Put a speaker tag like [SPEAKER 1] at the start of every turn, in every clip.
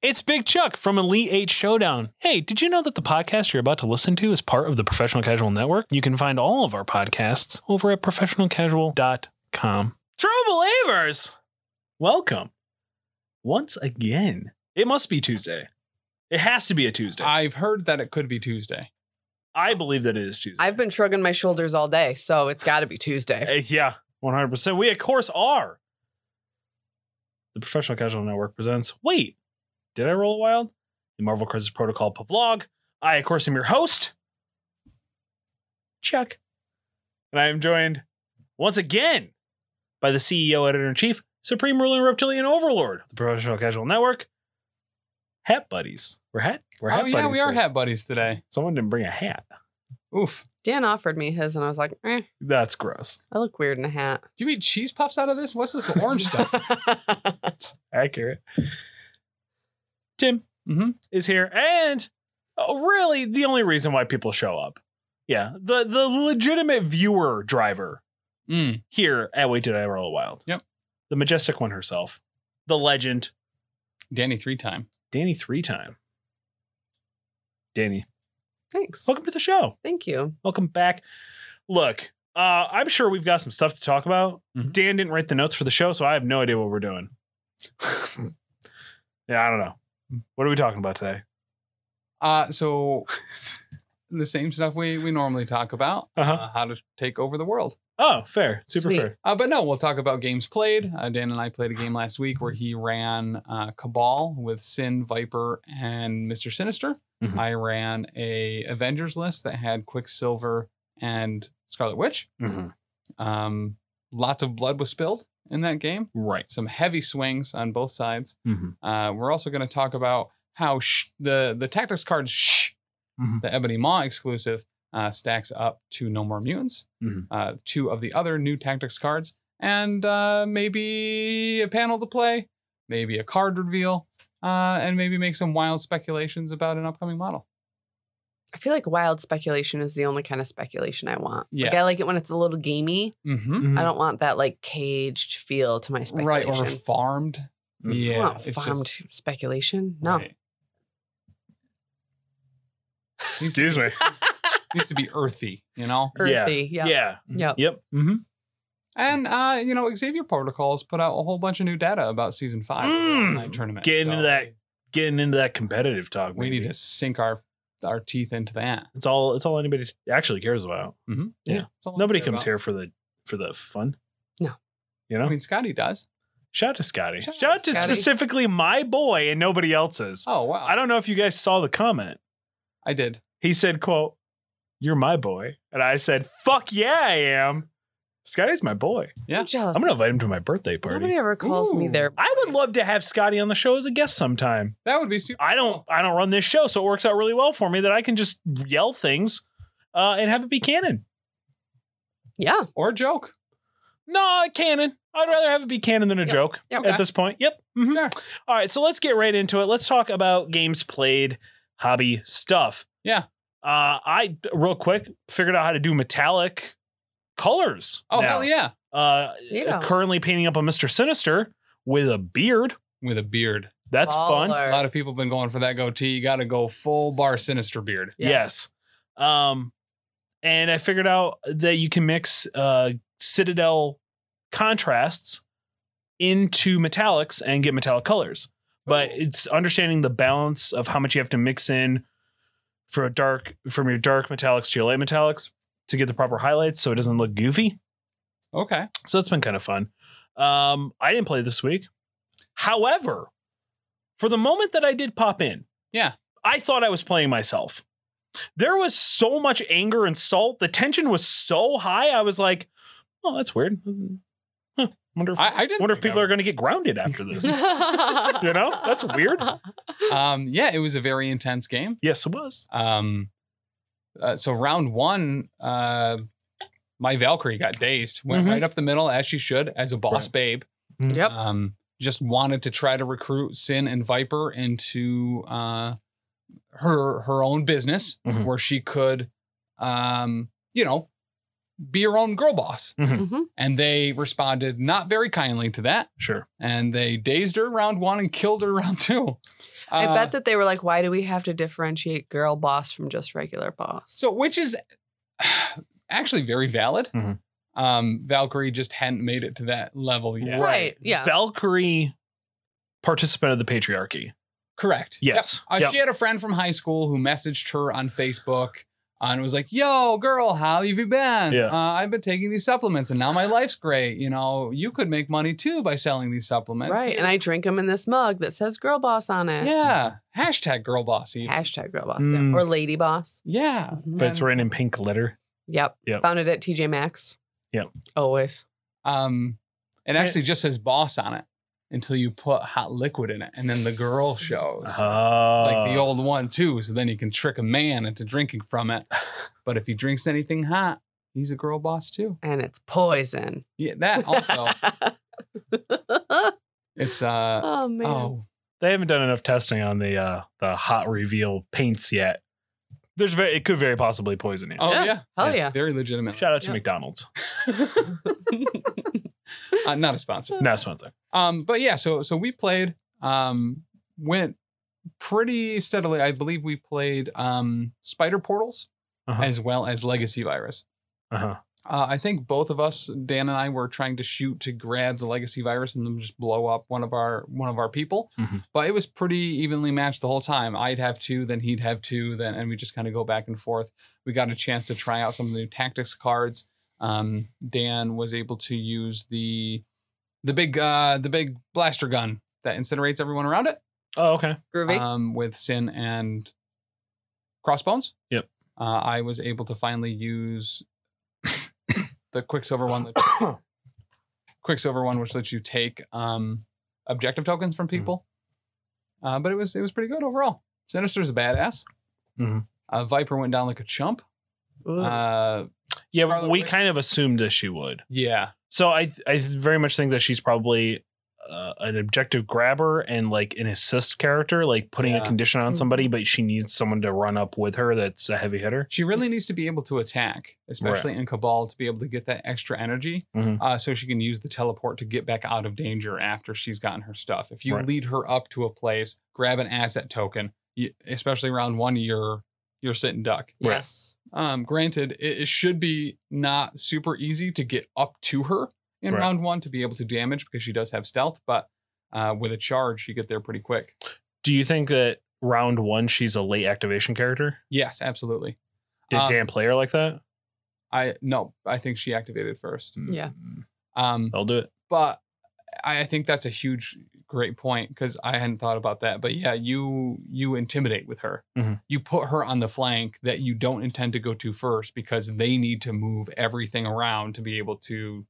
[SPEAKER 1] It's Big Chuck from Elite Eight Showdown. Hey, did you know that the podcast you're about to listen to is part of the Professional Casual Network? You can find all of our podcasts over at professionalcasual.com. True believers, welcome once again. It must be Tuesday. It has to be a Tuesday. I,
[SPEAKER 2] I've heard that it could be Tuesday.
[SPEAKER 1] believe that it is Tuesday.
[SPEAKER 3] I've been shrugging my shoulders all day, so it's got to be Tuesday.
[SPEAKER 1] Uh, yeah, 100%. We, of course, are. The Professional Casual Network presents Wait, Did I Roll a Wild? The Marvel Crisis Protocol Pavlog. I, of course, am your host, Chuck. And I am joined once again by the CEO, Editor in Chief, Supreme Ruler, Reptilian Overlord, of the Professional Casual Network. Hat buddies. We're hat. We're hat
[SPEAKER 2] oh yeah,
[SPEAKER 1] buddies
[SPEAKER 2] we are
[SPEAKER 1] today.
[SPEAKER 2] hat buddies today.
[SPEAKER 1] Someone didn't bring a hat.
[SPEAKER 2] Oof.
[SPEAKER 3] Dan offered me his, and I was like, eh,
[SPEAKER 1] That's gross.
[SPEAKER 3] I look weird in a hat.
[SPEAKER 2] Do you eat cheese puffs out of this? What's this orange stuff?
[SPEAKER 1] accurate. Tim
[SPEAKER 2] Mm-hmm.
[SPEAKER 1] is here, and uh, really the only reason why people show up, yeah, the the legitimate viewer driver
[SPEAKER 2] Mm.
[SPEAKER 1] here at Wait Did I Roll a Wild?
[SPEAKER 2] Yep.
[SPEAKER 1] the majestic one herself, the legend,
[SPEAKER 2] Danny three time.
[SPEAKER 1] Danny three time. Danny,
[SPEAKER 3] Thanks.
[SPEAKER 1] welcome to the show.
[SPEAKER 3] Thank you.
[SPEAKER 1] Welcome back. Look, uh, I'm sure we've got some stuff to talk about.
[SPEAKER 2] Mhm.
[SPEAKER 1] Dan didn't write the notes for the show, so I have no idea what we're doing. yeah, I don't know. What are we talking about today?
[SPEAKER 2] Uh so the same stuff we we normally talk about.
[SPEAKER 1] Uh-huh.
[SPEAKER 2] Uh, how to take over the world.
[SPEAKER 1] Oh, fair. Super
[SPEAKER 3] Sweet.
[SPEAKER 1] fair.
[SPEAKER 2] Uh, but no, we'll talk about games played. Uh, Dan and I played a game last week where he ran uh, Cabal with Sin, Viper, and Mister Sinister.
[SPEAKER 1] Mhm.
[SPEAKER 2] I ran a Avengers list that had Quicksilver and Scarlet Witch.
[SPEAKER 1] Mm-hmm.
[SPEAKER 2] Um, lots of blood was spilled in that game.
[SPEAKER 1] Right.
[SPEAKER 2] Some heavy swings on both sides.
[SPEAKER 1] Mhm.
[SPEAKER 2] Uh, we're also going to talk about how sh- the the tactics cards, sh-
[SPEAKER 1] Mhm.
[SPEAKER 2] the Ebony Maw exclusive, uh, stacks up to No More Mutants,
[SPEAKER 1] Mhm.
[SPEAKER 2] uh, two of the other new tactics cards, and uh, maybe a panel to play, maybe a card reveal, uh, and maybe make some wild speculations about an upcoming model.
[SPEAKER 3] I feel like wild speculation is the only kind of speculation I want. Like I
[SPEAKER 2] Yes.
[SPEAKER 3] like it when it's a little gamey.
[SPEAKER 2] Mm-hmm.
[SPEAKER 1] Mm.
[SPEAKER 3] I don't want that like caged feel to my
[SPEAKER 2] Right
[SPEAKER 3] speculation.
[SPEAKER 2] or farmed?
[SPEAKER 1] Mhm.
[SPEAKER 3] I
[SPEAKER 2] Yeah,
[SPEAKER 3] don't want farmed speculation. No.
[SPEAKER 2] Mm-hmm. right.
[SPEAKER 1] Excuse me.
[SPEAKER 2] needs to be earthy, you know.
[SPEAKER 3] Earthy. Yeah.
[SPEAKER 1] Yeah.
[SPEAKER 3] Yep.
[SPEAKER 1] Yep. Mm-hmm.
[SPEAKER 2] And uh, you know, Xavier Protocols put out a whole bunch of new data about season five of the
[SPEAKER 1] Mm.
[SPEAKER 2] online tournament.
[SPEAKER 1] Get into that. Getting into that competitive talk.
[SPEAKER 2] We need
[SPEAKER 1] maybe.
[SPEAKER 2] to sink our our teeth into that.
[SPEAKER 1] It's all. It's all anybody actually cares about. Mm-hmm. Yeah.
[SPEAKER 2] That's all I
[SPEAKER 1] Nobody
[SPEAKER 2] care
[SPEAKER 1] comes
[SPEAKER 2] about.
[SPEAKER 1] here for the for the fun.
[SPEAKER 3] No.
[SPEAKER 1] You
[SPEAKER 2] I
[SPEAKER 1] know.
[SPEAKER 2] mean, Scotty does.
[SPEAKER 1] Shout out to Scotty.
[SPEAKER 2] Shout out
[SPEAKER 1] Shout out to
[SPEAKER 3] to Scotty. Uh,
[SPEAKER 1] specifically my boy and nobody else's.
[SPEAKER 2] Oh wow,
[SPEAKER 1] I don't know if you guys saw the comment.
[SPEAKER 2] I did.
[SPEAKER 1] He said, "quote You're my boy," and I said, "Fuck yeah, I am." Scotty's my boy.
[SPEAKER 2] Yeah.
[SPEAKER 3] I'm jealous.
[SPEAKER 1] I'm gonna invite him to my birthday party.
[SPEAKER 3] Nobody ever calls me
[SPEAKER 2] Ooh.
[SPEAKER 3] there.
[SPEAKER 1] I would love to have Scotty on the show as a guest sometime.
[SPEAKER 2] That would be super.
[SPEAKER 1] I don't I don't run this show, so it works out really well for me that I can just yell things uh, and have it be canon.
[SPEAKER 3] Yeah.
[SPEAKER 2] Oh, Or joke.
[SPEAKER 1] No, canon. I'd rather have it be canon than a
[SPEAKER 3] Yep.
[SPEAKER 1] joke
[SPEAKER 3] Yep.
[SPEAKER 1] at this point. Yep. Mhm.
[SPEAKER 2] Sure.
[SPEAKER 1] All right, so let's get right into it. Let's talk about games played, hobby stuff.
[SPEAKER 2] Yeah.
[SPEAKER 1] Uh, I real quick figured out how to do metallic colors.
[SPEAKER 2] Oh
[SPEAKER 1] now.
[SPEAKER 2] hell yeah,
[SPEAKER 1] Uh,
[SPEAKER 3] Neato.
[SPEAKER 1] currently painting up a Mister Sinister with a beard.
[SPEAKER 2] with a beard.
[SPEAKER 1] That's fun.
[SPEAKER 2] A
[SPEAKER 3] Baller.
[SPEAKER 2] lot of people have been going for that goatee. You got to go full bar sinister beard.
[SPEAKER 1] Yes.
[SPEAKER 3] Yes.
[SPEAKER 1] Um, and I figured out that you can mix uh, Citadel contrasts into metallics and get metallic colors. But
[SPEAKER 2] Ooh.
[SPEAKER 1] it's understanding the balance of how much you have to mix in for a dark from your dark metallics to your light metallics to get the proper highlights so it doesn't look goofy.
[SPEAKER 2] Okay.
[SPEAKER 1] So that's been kind of fun. Um, I didn't play this week. However, for the moment that I did pop in,
[SPEAKER 2] Yeah.
[SPEAKER 1] I thought I was playing myself. There was so much anger and salt. The tension was so high. I was like, "Oh, that's weird. Huh, wonder if
[SPEAKER 2] I, I didn't.
[SPEAKER 1] wonder if
[SPEAKER 2] think I
[SPEAKER 1] people are
[SPEAKER 2] was-
[SPEAKER 1] going to get grounded after this." You know? That's weird.
[SPEAKER 2] Um, yeah, it was a very intense game.
[SPEAKER 1] yes, it was.
[SPEAKER 2] Um, uh, so round one, uh, my Valkyrie got dazed, went
[SPEAKER 1] Mhm.
[SPEAKER 2] right up the middle as she should, as a boss
[SPEAKER 1] Right.
[SPEAKER 2] babe.
[SPEAKER 3] Mm-hmm. Yep.
[SPEAKER 2] Um, just wanted to try to recruit Sin and Viper into uh, her her own business
[SPEAKER 3] Mm-hmm.
[SPEAKER 1] Mhm.
[SPEAKER 2] where she could, um, you know, be your own girl boss.
[SPEAKER 3] Mhm.
[SPEAKER 2] And they responded not very kindly to that.
[SPEAKER 1] Sure.
[SPEAKER 2] And they dazed her round one and killed her round two.
[SPEAKER 3] I
[SPEAKER 2] Uh,
[SPEAKER 3] bet that they were like, why do we have to differentiate girl boss from just regular boss?
[SPEAKER 2] So, which is actually very valid.
[SPEAKER 1] Mhm.
[SPEAKER 2] Um, Valkyrie just hadn't made it to that level yet.
[SPEAKER 3] Right. yeah.
[SPEAKER 1] Valkyrie, participant of the patriarchy.
[SPEAKER 2] Correct.
[SPEAKER 1] Yes.
[SPEAKER 2] Yep. Uh,
[SPEAKER 1] Yep.
[SPEAKER 2] She had a friend from high school who messaged her on Facebook uh, and was like, Yo, girl, how have you been?
[SPEAKER 1] Yeah.
[SPEAKER 2] Uh, I've been taking these supplements and now my life's great. You know, you could make money too by selling these supplements.
[SPEAKER 3] Right. And I drink them in this mug that says girl boss on it.
[SPEAKER 2] Yeah. Hashtag girl bossy.
[SPEAKER 3] Hashtag girl boss. yeah.
[SPEAKER 1] Mm.
[SPEAKER 3] Or lady boss.
[SPEAKER 2] yeah.
[SPEAKER 3] Mhm.
[SPEAKER 1] But it's written in pink glitter.
[SPEAKER 3] Yep.
[SPEAKER 1] Yep.
[SPEAKER 3] Found it at TJ Maxx.
[SPEAKER 1] Yep.
[SPEAKER 3] Always.
[SPEAKER 2] Um, it actually just says boss on it until you put hot liquid in it. And then the girl shows. It's like
[SPEAKER 3] Uh,
[SPEAKER 2] the old one too. So then you can trick a man into drinking from it. But if he drinks anything hot, he's a girl boss too.
[SPEAKER 3] And it's poison.
[SPEAKER 2] Yeah, that also. it's uh
[SPEAKER 3] oh man.
[SPEAKER 2] oh
[SPEAKER 1] they haven't done enough testing on the uh the hot reveal paints yet. There's very it could very possibly poison you.
[SPEAKER 2] oh
[SPEAKER 3] Yeah.
[SPEAKER 2] yeah,
[SPEAKER 3] Hell yeah.
[SPEAKER 2] very legitimate.
[SPEAKER 1] Shout out to
[SPEAKER 3] Yeah.
[SPEAKER 1] McDonald's.
[SPEAKER 2] Uh, not a sponsor.
[SPEAKER 1] No, it's not.
[SPEAKER 2] Um, but yeah, so so we played. Um, went pretty steadily. I believe we played um Spider Portals
[SPEAKER 1] Uh-huh.
[SPEAKER 2] as well as Legacy Virus.
[SPEAKER 1] Uh-huh.
[SPEAKER 2] Uh, I think both of us, Dan and I, were trying to shoot to grab the legacy virus and then just blow up one of our one of our people.
[SPEAKER 1] Mhm.
[SPEAKER 2] But it was pretty evenly matched the whole time. I'd have two, then he'd have two, then and we just kind of go back and forth. We got a chance to try out some of the new tactics cards. Um, Dan was able to use the the big uh, the big blaster gun that incinerates everyone around it
[SPEAKER 1] Oh, okay.
[SPEAKER 3] Groovy.
[SPEAKER 2] um, with Sin and Crossbones.
[SPEAKER 1] Yep.
[SPEAKER 2] Uh, I was able to finally use the Quicksilver one. That, Quicksilver one, which lets you take um, objective tokens from people. Uh, but it was it was pretty good overall. Sinister's a badass.
[SPEAKER 1] Mhm.
[SPEAKER 2] Uh, Viper went down like a chump.
[SPEAKER 3] Ooh.
[SPEAKER 2] Uh,
[SPEAKER 1] Yeah,
[SPEAKER 2] Scarlet
[SPEAKER 1] we
[SPEAKER 2] Witch-
[SPEAKER 1] kind of assumed that she would.
[SPEAKER 2] yeah.
[SPEAKER 1] So I I very much think that she's probably uh, an objective grabber and like an assist character, like putting a
[SPEAKER 2] Yeah.
[SPEAKER 1] condition on somebody, but she needs someone to run up with her that's a heavy hitter.
[SPEAKER 2] She really needs to be able to attack, especially in Cabal, to be able to get that extra energy,
[SPEAKER 1] Mhm.
[SPEAKER 2] uh, so she can use the teleport to get back out of danger after she's gotten her stuff. If you
[SPEAKER 1] Right.
[SPEAKER 2] lead her up to a place, grab an asset token, you, especially round one, you're you're sitting duck.
[SPEAKER 3] yes.
[SPEAKER 2] Um, granted, it, it should be not super easy to get up to her in
[SPEAKER 1] Right.
[SPEAKER 2] round one to be able to damage because she does have stealth, but uh, with a charge, you get there pretty quick.
[SPEAKER 1] Do you think that round one she's a late activation character?
[SPEAKER 2] Yes, absolutely.
[SPEAKER 1] Did
[SPEAKER 2] Um,
[SPEAKER 1] Dan play her like that?
[SPEAKER 2] I no, I think she activated first.
[SPEAKER 3] Yeah.
[SPEAKER 1] Mm.
[SPEAKER 2] Um,
[SPEAKER 1] I'll do it.
[SPEAKER 2] but I, I think that's a huge great point because I hadn't thought about that. But yeah, you you intimidate with her.
[SPEAKER 1] Mhm.
[SPEAKER 2] You put her on the flank that you don't intend to go to first because they need to move everything around to be able to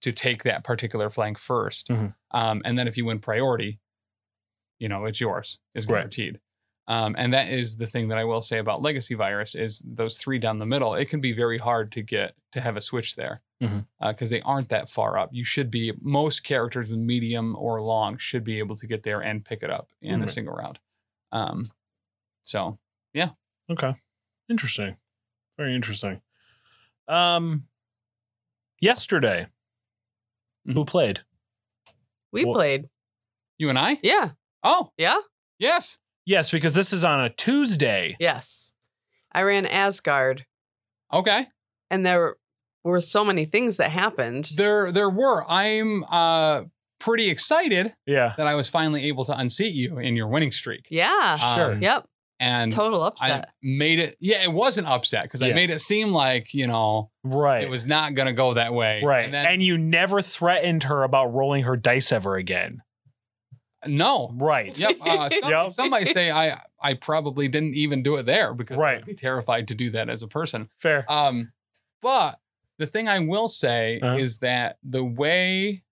[SPEAKER 2] to take that particular flank 1st
[SPEAKER 1] Mhm.
[SPEAKER 2] Um, and then if you win priority, you know it's yours is
[SPEAKER 1] Right.
[SPEAKER 2] guaranteed. Um, and that is the thing that I will say about legacy virus is those three down the middle. It can be very hard to get to have a switch there because uh, they aren't that far up. You should be most characters with medium or long should be able to get there and pick it up in a
[SPEAKER 1] Right.
[SPEAKER 2] single round. Um, so
[SPEAKER 1] Okay. Interesting. Very interesting. Um yesterday
[SPEAKER 2] Mm-hmm.
[SPEAKER 1] who played?
[SPEAKER 3] We
[SPEAKER 1] Well-
[SPEAKER 3] played.
[SPEAKER 2] you and I,
[SPEAKER 3] Yeah.
[SPEAKER 2] oh
[SPEAKER 3] Yeah.
[SPEAKER 2] yes,
[SPEAKER 1] Yes, because this is on a Tuesday.
[SPEAKER 3] Yes. I ran Asgard
[SPEAKER 2] okay.
[SPEAKER 3] and there were so many things that happened.
[SPEAKER 2] There, there were. I'm uh pretty excited
[SPEAKER 1] Yeah.
[SPEAKER 2] that I was finally able to unseat you in your winning streak.
[SPEAKER 3] yeah.
[SPEAKER 1] Sure.
[SPEAKER 3] Yep.
[SPEAKER 2] and
[SPEAKER 3] Total
[SPEAKER 2] I
[SPEAKER 3] upset.
[SPEAKER 2] made it. Yeah, it was an upset because
[SPEAKER 1] Yeah.
[SPEAKER 2] I made it seem like you know
[SPEAKER 1] Right.
[SPEAKER 2] it was not gonna go that way.
[SPEAKER 1] right.
[SPEAKER 2] and
[SPEAKER 1] And,
[SPEAKER 2] then
[SPEAKER 1] you never threatened her about rolling her dice ever again.
[SPEAKER 2] no,
[SPEAKER 1] Right.
[SPEAKER 2] Yep. Uh, some,
[SPEAKER 1] Yep.
[SPEAKER 2] some might say I I probably didn't even do it there because
[SPEAKER 1] Right.
[SPEAKER 2] I'd be terrified to do that as a person.
[SPEAKER 1] Fair.
[SPEAKER 2] Um, but the thing I will say
[SPEAKER 1] Uh-huh.
[SPEAKER 2] is that the way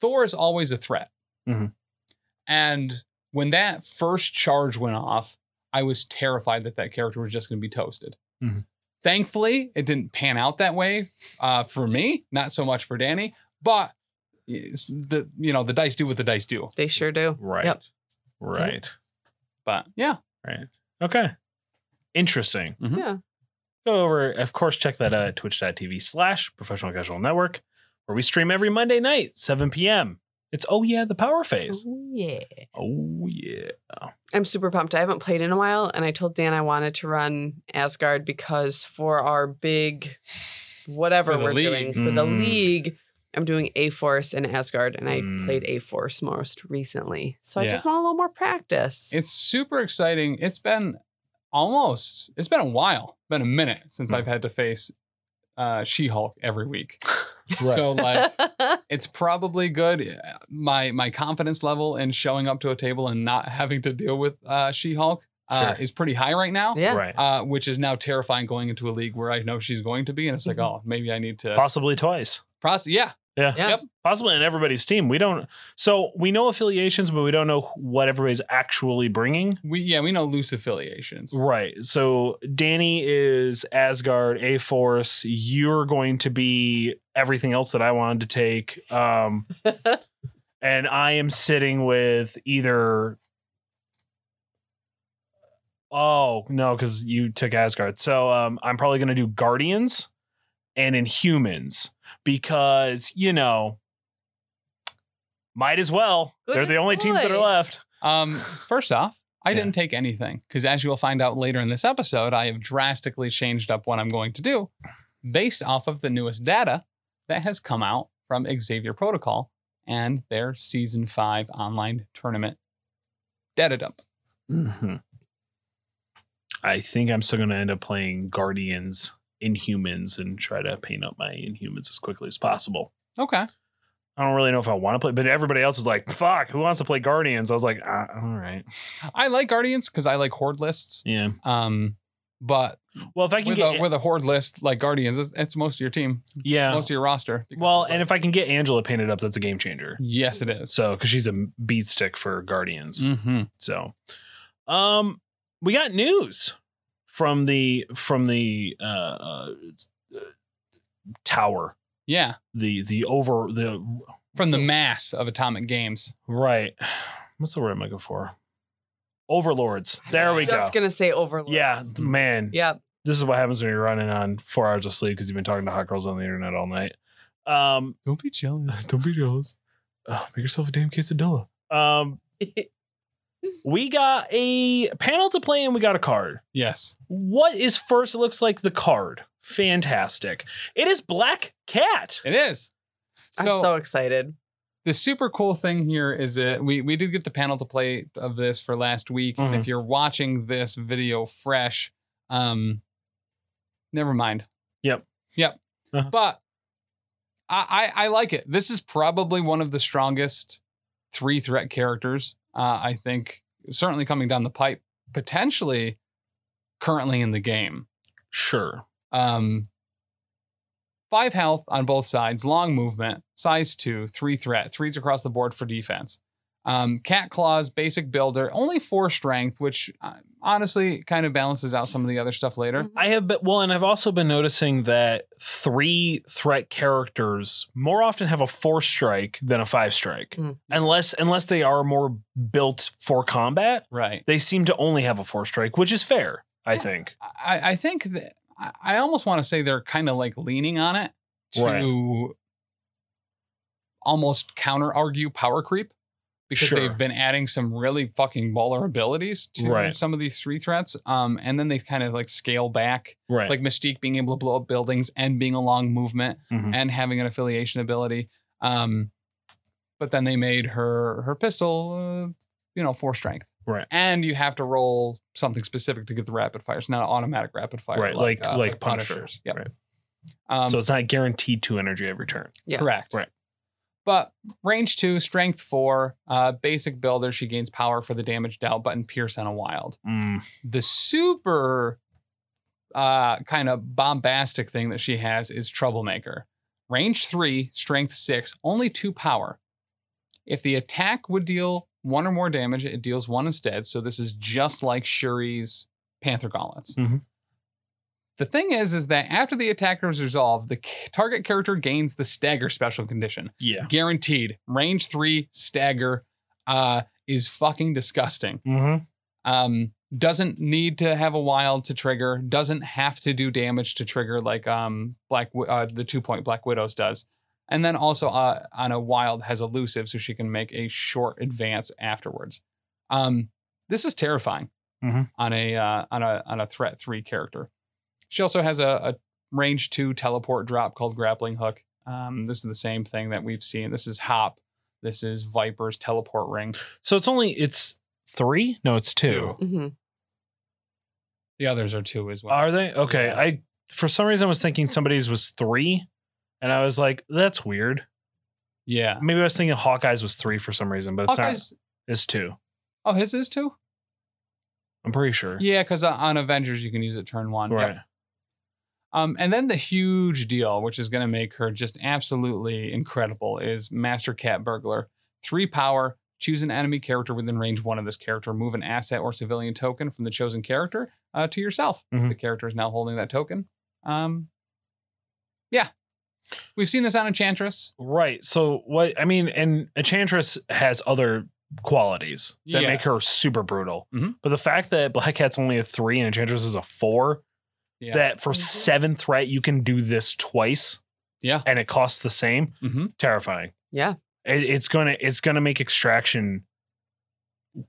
[SPEAKER 2] Thor is always a threat,
[SPEAKER 1] Mhm.
[SPEAKER 2] and when that first charge went off, I was terrified that that character was just going to be toasted.
[SPEAKER 1] Mhm.
[SPEAKER 2] Thankfully, it didn't pan out that way uh, for me. Not so much for Danny, but it's the you know the dice do what the dice do.
[SPEAKER 3] they sure do.
[SPEAKER 1] right.
[SPEAKER 3] Yep.
[SPEAKER 1] Right.
[SPEAKER 2] But yeah. Mm-hmm.
[SPEAKER 1] Okay. Interesting.
[SPEAKER 3] Yeah.
[SPEAKER 1] Go over, of course, check that out at twitch.tv slash professional casual network, where we stream every Monday night, 7 p.m. It's oh yeah, the power phase.
[SPEAKER 3] Oh, yeah.
[SPEAKER 1] Oh yeah.
[SPEAKER 3] I'm super pumped. I haven't played in a while, and I told Dan I wanted to run Asgard because for our big whatever
[SPEAKER 2] For the
[SPEAKER 3] we're
[SPEAKER 2] league.
[SPEAKER 3] doing for the
[SPEAKER 1] Mm.
[SPEAKER 3] league, I'm doing A Force and Asgard, and I
[SPEAKER 1] Mm.
[SPEAKER 3] played A Force most recently. So I
[SPEAKER 2] Yeah.
[SPEAKER 3] just want a little more practice.
[SPEAKER 2] It's super exciting. It's been almost, it's been a while, been a minute since
[SPEAKER 1] Hmm.
[SPEAKER 2] I've had to face uh, She Hulk every week. So, like, it's probably good. uh, My my confidence level in showing up to a table and not having to deal with uh, She Hulk uh,
[SPEAKER 1] Sure.
[SPEAKER 2] is pretty high right now.
[SPEAKER 3] yeah.
[SPEAKER 1] Right.
[SPEAKER 2] Uh, which is now terrifying going into a league where I know she's going to be, and it's like,
[SPEAKER 1] Mm-hmm.
[SPEAKER 2] oh, maybe I need to.
[SPEAKER 1] Possibly twice.
[SPEAKER 2] Process. Yeah,
[SPEAKER 1] Yeah.
[SPEAKER 3] Yeah.
[SPEAKER 2] Yep.
[SPEAKER 1] Possibly in everybody's team. We don't. So we know affiliations, but we don't know what everybody's actually bringing.
[SPEAKER 2] we yeah we know loose affiliations.
[SPEAKER 1] Right. So Danny is Asgard, A Force. You're going to be everything else that I wanted to take. Um, and I am sitting with either. Oh no, because you took Asgard. So um, I'm probably going to do Guardians and Inhumans because you know, might as well.
[SPEAKER 3] Good
[SPEAKER 1] They're the only teams that are
[SPEAKER 3] boy.
[SPEAKER 1] left.
[SPEAKER 2] Um, first off, I
[SPEAKER 1] Yeah.
[SPEAKER 2] didn't take anything because, as you'll find out later in this episode, I have drastically changed up what I'm going to do based off of the newest data that has come out from Xavier Protocol and their season five online tournament data dump.
[SPEAKER 1] hmm I think I'm still going to end up playing Guardians, Inhumans, and try to paint up my Inhumans as quickly as possible.
[SPEAKER 2] Okay.
[SPEAKER 1] I don't really know if I want to play, but everybody else is like, "Fuck, who wants to play Guardians?" I was like, ah, "All right,
[SPEAKER 2] I like Guardians because I like Horde lists.
[SPEAKER 1] yeah."
[SPEAKER 2] Um, but
[SPEAKER 1] Well, if I can
[SPEAKER 2] with
[SPEAKER 1] get,
[SPEAKER 2] a, with a Horde list like Guardians, it's, it's most of your team,
[SPEAKER 1] yeah.
[SPEAKER 2] most of your roster.
[SPEAKER 1] Oh. Well, and if I can get Angela painted up, that's a game changer.
[SPEAKER 2] yes, it is.
[SPEAKER 1] So, because she's a beat stick for Guardians.
[SPEAKER 2] Mm-hmm.
[SPEAKER 1] So, um, we got news from the from the uh, uh tower,
[SPEAKER 2] Yeah.
[SPEAKER 1] the the over the
[SPEAKER 2] From the
[SPEAKER 1] So-
[SPEAKER 2] mass of Atomic Games.
[SPEAKER 1] Right. What's the word I'm looking for? Overlords.
[SPEAKER 3] I
[SPEAKER 1] There we
[SPEAKER 3] was
[SPEAKER 1] go.
[SPEAKER 3] Just gonna say overload.
[SPEAKER 1] Yeah, man.
[SPEAKER 3] Yep.
[SPEAKER 1] This is what happens when you're running on four hours of sleep because you've been talking to hot girls on the internet all night. Um,
[SPEAKER 2] Don't be jealous.
[SPEAKER 1] don't be jealous. Oh, make yourself a damn quesadilla. Um, we got a panel to play and we got a card.
[SPEAKER 2] Yes.
[SPEAKER 1] What is first? It looks like the card. Fantastic. It is Black Cat.
[SPEAKER 2] It is.
[SPEAKER 3] I'm
[SPEAKER 2] So,
[SPEAKER 3] so, excited.
[SPEAKER 2] the super cool thing here is that we, we did get the panel to play of this for last week. And if you're watching this video fresh, um never mind.
[SPEAKER 1] Yep.
[SPEAKER 2] Yep.
[SPEAKER 1] Uh-huh.
[SPEAKER 2] But I, I I like it. This is probably one of the strongest three threat characters, uh, I think, certainly coming down the pipe, potentially currently in the game.
[SPEAKER 1] Sure.
[SPEAKER 2] Um, five health on both sides, long movement, size two, three threat, threes across the board for defense. Um, cat claws, basic builder, only four strength, which uh, honestly kind of balances out some of the other stuff later.
[SPEAKER 1] I have been well, and I've also been noticing that three threat characters more often have a four strike than a five strike,
[SPEAKER 3] Mm.
[SPEAKER 1] unless unless they are more built for combat.
[SPEAKER 2] Right.
[SPEAKER 1] They seem to only have a four strike, which is fair, I
[SPEAKER 2] Yeah.
[SPEAKER 1] think.
[SPEAKER 2] I, I think that I- I almost want to say they're kind of like leaning on it to almost counter argue power creep because
[SPEAKER 1] Sure.
[SPEAKER 2] they've been adding some really fucking vulnerabilities to
[SPEAKER 1] Right.
[SPEAKER 2] some of these three threats. Um, and then they kind of like scale back,
[SPEAKER 1] Right.
[SPEAKER 2] like Mystique being able to blow up buildings and being a long movement
[SPEAKER 1] Mhm.
[SPEAKER 2] and having an affiliation ability. Um, but then they made her her pistol, uh, you know, four strength.
[SPEAKER 1] Right.
[SPEAKER 2] And you have to roll something specific to get the rapid fire. It's not an automatic rapid fire. uh,
[SPEAKER 1] Right, like- like Punisher,
[SPEAKER 2] Yep.
[SPEAKER 1] right.
[SPEAKER 2] Um,
[SPEAKER 1] so it's not guaranteed two energy every turn.
[SPEAKER 3] Yeah.
[SPEAKER 2] Correct.
[SPEAKER 1] Right.
[SPEAKER 2] But range two, strength four, uh, basic builder. She gains power for the damage dealt, but in pierce on a wild.
[SPEAKER 1] Mm.
[SPEAKER 2] The super uh, kind of bombastic thing that she has is troublemaker. Range three, strength six, only two power. If the attack would deal one or more damage, it deals one instead. So this is just like Shuri's Panther Gauntlets.
[SPEAKER 1] Mhm.
[SPEAKER 2] The thing is, is that after the attacker is resolved, the c- target character gains the stagger special condition
[SPEAKER 1] Yeah.
[SPEAKER 2] guaranteed. Range three stagger uh, is fucking disgusting.
[SPEAKER 1] hmm
[SPEAKER 2] Um, doesn't need to have a wild to trigger, doesn't have to do damage to trigger like um black Wi- uh, the two point black widows does, and then also uh, on a wild has elusive, so she can make a short advance afterwards. Um, this is terrifying
[SPEAKER 1] Mhm.
[SPEAKER 2] on a uh, on a on a threat three character. She also has a, a range two teleport drop called grappling hook. Um, this is the same thing that we've seen. This is hop. This is Viper's teleport ring.
[SPEAKER 1] So it's only it's three? No, it's two.
[SPEAKER 2] Two.
[SPEAKER 3] hmm
[SPEAKER 2] The others are two as well.
[SPEAKER 1] Are they? Okay.
[SPEAKER 2] Yeah.
[SPEAKER 1] I for some reason was thinking somebody's was three. And I was like, that's weird.
[SPEAKER 2] yeah.
[SPEAKER 1] Maybe I was thinking Hawkeye's was three for some reason, but it's not.
[SPEAKER 2] Hawkeye's,
[SPEAKER 1] It's two.
[SPEAKER 2] oh, his is two.
[SPEAKER 1] I'm pretty sure.
[SPEAKER 2] Yeah, because on Avengers you can use it turn one. Yep.
[SPEAKER 1] Right.
[SPEAKER 2] Um, and then the huge deal, which is going to make her just absolutely incredible, is Master Cat Burglar. Three power, choose an enemy character within range one of this character, move an asset or civilian token from the chosen character uh, to yourself.
[SPEAKER 1] Mhm.
[SPEAKER 2] The character is now holding that token. Um, yeah. We've seen this on Enchantress.
[SPEAKER 1] Right. So what I mean, and Enchantress has other qualities that
[SPEAKER 2] Yeah.
[SPEAKER 1] make her super brutal.
[SPEAKER 2] Mhm.
[SPEAKER 1] But the fact that Black Cat's only a three and Enchantress is a four,
[SPEAKER 2] Yeah.
[SPEAKER 1] that for seven threat you can do this twice.
[SPEAKER 2] Yeah.
[SPEAKER 1] And it costs the same.
[SPEAKER 2] hmm
[SPEAKER 1] Terrifying.
[SPEAKER 3] Yeah.
[SPEAKER 1] It, it's gonna it's gonna make extraction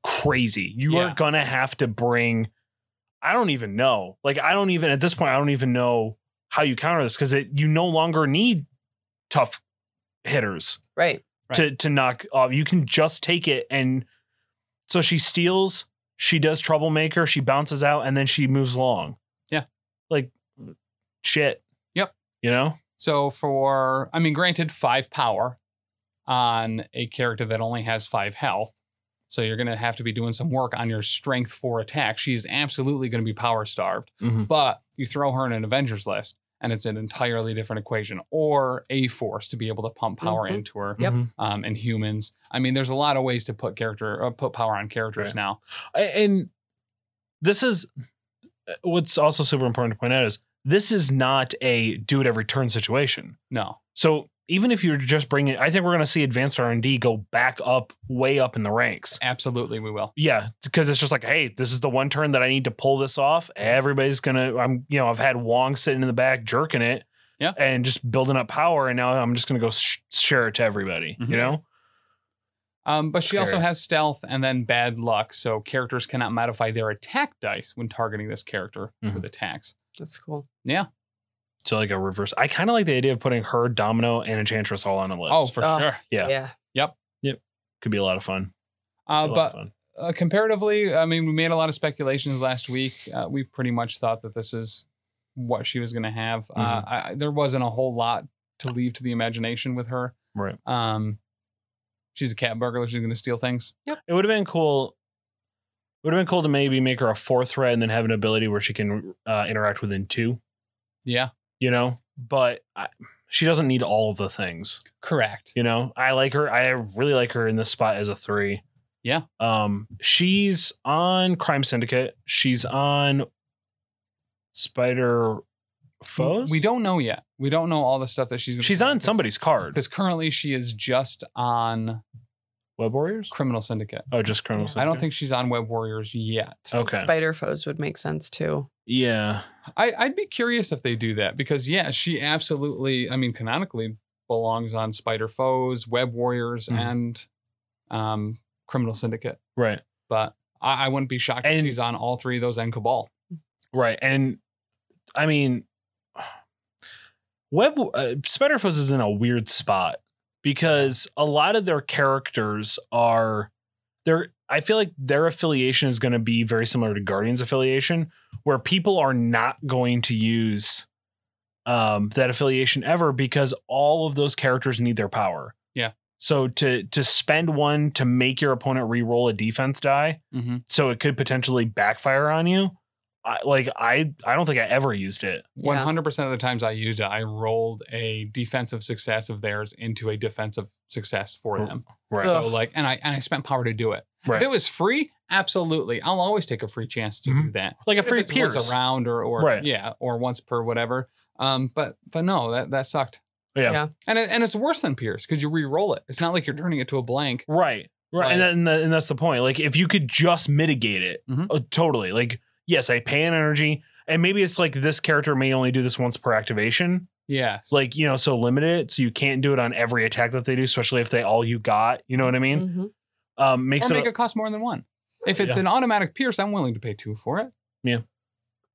[SPEAKER 1] crazy. You
[SPEAKER 2] Yeah.
[SPEAKER 1] are gonna have to bring. I don't even know. Like I don't even at this point I don't even know how you counter this because it you no longer need tough hitters
[SPEAKER 3] Right.
[SPEAKER 1] to to knock off. You can just take it and so she steals, she does troublemaker, she bounces out, and then she moves long.
[SPEAKER 2] Yeah.
[SPEAKER 1] Like shit.
[SPEAKER 2] Yep.
[SPEAKER 1] You know?
[SPEAKER 2] So for, I mean, granted, five power on a character that only has five health. So you're going to have to be doing some work on your strength for attack. She is absolutely going to be power starved,
[SPEAKER 1] Mhm.
[SPEAKER 2] but you throw her in an Avengers list and it's an entirely different equation or a force to be able to pump power
[SPEAKER 3] Mhm.
[SPEAKER 2] into her
[SPEAKER 3] Yep.
[SPEAKER 1] Mhm.
[SPEAKER 2] um, and humans. I mean, there's a lot of ways to put character, uh, put power on characters
[SPEAKER 1] Right.
[SPEAKER 2] now.
[SPEAKER 1] A- And this is uh, what's also super important to point out is this is not a do it every turn situation.
[SPEAKER 2] No.
[SPEAKER 1] So even if you're just bringing, I think we're going to see advanced R and D go back up, way up in the ranks.
[SPEAKER 2] Absolutely, we will.
[SPEAKER 1] Yeah, because it's just like, hey, this is the one turn that I need to pull this off. Everybody's gonna, I'm, you know, I've had Wong sitting in the back jerking it,
[SPEAKER 2] Yeah.
[SPEAKER 1] and just building up power, and now I'm just gonna go sh- share it to everybody.
[SPEAKER 2] Mhm.
[SPEAKER 1] You know,
[SPEAKER 2] Um, but she also
[SPEAKER 1] Scary.
[SPEAKER 2] has stealth and then bad luck, so characters cannot modify their attack dice when targeting this character
[SPEAKER 1] Mhm.
[SPEAKER 2] with attacks.
[SPEAKER 3] That's cool.
[SPEAKER 1] so like a reverse. I kind of like the idea of putting her, Domino, and Enchantress all on a list.
[SPEAKER 2] Oh, for
[SPEAKER 3] Oh.
[SPEAKER 2] sure.
[SPEAKER 1] Yeah.
[SPEAKER 3] Yeah.
[SPEAKER 1] could be a lot of fun.
[SPEAKER 2] Uh,
[SPEAKER 1] Be a lot of
[SPEAKER 2] but
[SPEAKER 1] fun.
[SPEAKER 2] uh, comparatively, I mean, we made a lot of speculations last week. Uh, we pretty much thought that this is what she was going to have. Uh,
[SPEAKER 1] Mhm.
[SPEAKER 2] I, I- there wasn't a whole lot to leave to the imagination with her.
[SPEAKER 1] Right.
[SPEAKER 2] Um, she's a cat burglar. She's going to steal things.
[SPEAKER 1] It would have been cool. It would have been cool to maybe make her a fourth threat and then have an ability where she can uh, interact within two.
[SPEAKER 2] Yeah.
[SPEAKER 1] You know, but I, she doesn't need all the things.
[SPEAKER 2] Correct.
[SPEAKER 1] You know, I like her. I really like her in this spot as a three.
[SPEAKER 2] Yeah.
[SPEAKER 1] Um, she's on Crime Syndicate. She's on Spider Foes.
[SPEAKER 2] We don't know yet. We don't know all the stuff that she's. Gonna
[SPEAKER 1] She's on somebody's card.
[SPEAKER 2] because currently she is just on
[SPEAKER 1] Web Warriors.
[SPEAKER 2] Criminal Syndicate.
[SPEAKER 1] Oh, just Criminal.
[SPEAKER 2] I don't
[SPEAKER 1] Syndicate.
[SPEAKER 2] think she's on Web Warriors yet.
[SPEAKER 1] Okay.
[SPEAKER 3] Spider foes would make sense too.
[SPEAKER 1] Yeah.
[SPEAKER 2] I, I'd be curious if they do that because yeah, she absolutely. I mean, canonically belongs on Spider Foes, Web Warriors,
[SPEAKER 1] Mhm.
[SPEAKER 2] and um, Criminal Syndicate.
[SPEAKER 1] Right.
[SPEAKER 2] But I, I wouldn't be shocked if
[SPEAKER 1] And-
[SPEAKER 2] she's on all three of those and Cabal.
[SPEAKER 1] Right. And I mean, Web uh, Spider Foes is in a weird spot because a lot of their characters are they're I feel like their affiliation is going to be very similar to Guardians affiliation where people are not going to use um that affiliation ever because all of those characters need their power.
[SPEAKER 2] Yeah.
[SPEAKER 1] So to to spend one to make your opponent re-roll a defense die
[SPEAKER 2] Mm-hmm.
[SPEAKER 1] so it could potentially backfire on you. I, like I, I don't think I ever used it.
[SPEAKER 2] One
[SPEAKER 3] Yeah.
[SPEAKER 2] hundred percent of the times I used it, I rolled a defensive success of theirs into a defensive success for
[SPEAKER 1] Mm.
[SPEAKER 2] them.
[SPEAKER 1] Right.
[SPEAKER 2] So
[SPEAKER 3] Ugh.
[SPEAKER 2] like, and I and I spent power to do it.
[SPEAKER 1] right.
[SPEAKER 2] If it was free, absolutely, I'll always take a free chance to do that.
[SPEAKER 1] like a
[SPEAKER 2] If
[SPEAKER 1] free
[SPEAKER 2] it's once
[SPEAKER 1] pierce.
[SPEAKER 2] a round or or
[SPEAKER 1] Right.
[SPEAKER 2] yeah or once per whatever. Um, but but no, that that sucked.
[SPEAKER 1] Yeah.
[SPEAKER 3] Yeah.
[SPEAKER 2] And it, and it's worse than Pierce because you re-roll it. It's not like you're turning it to a blank.
[SPEAKER 1] Right. Right, and,
[SPEAKER 2] Like-
[SPEAKER 1] that, and, that, and that's the point. Like, if you could just mitigate it,
[SPEAKER 2] Mhm.
[SPEAKER 1] uh, totally. Like, yes, I pay an energy, and maybe it's like this character may only do this once per activation.
[SPEAKER 2] Yeah.
[SPEAKER 1] It's like you know, so limit it, so you can't do it on every attack that they do, especially if they all you got. You know what I mean?
[SPEAKER 3] Mhm.
[SPEAKER 1] Um, makes
[SPEAKER 2] Mm-hmm. Or
[SPEAKER 1] it.
[SPEAKER 2] make
[SPEAKER 1] a-
[SPEAKER 2] it cost more than one. If it's
[SPEAKER 1] Yeah.
[SPEAKER 2] an automatic pierce, I'm willing to pay two for it.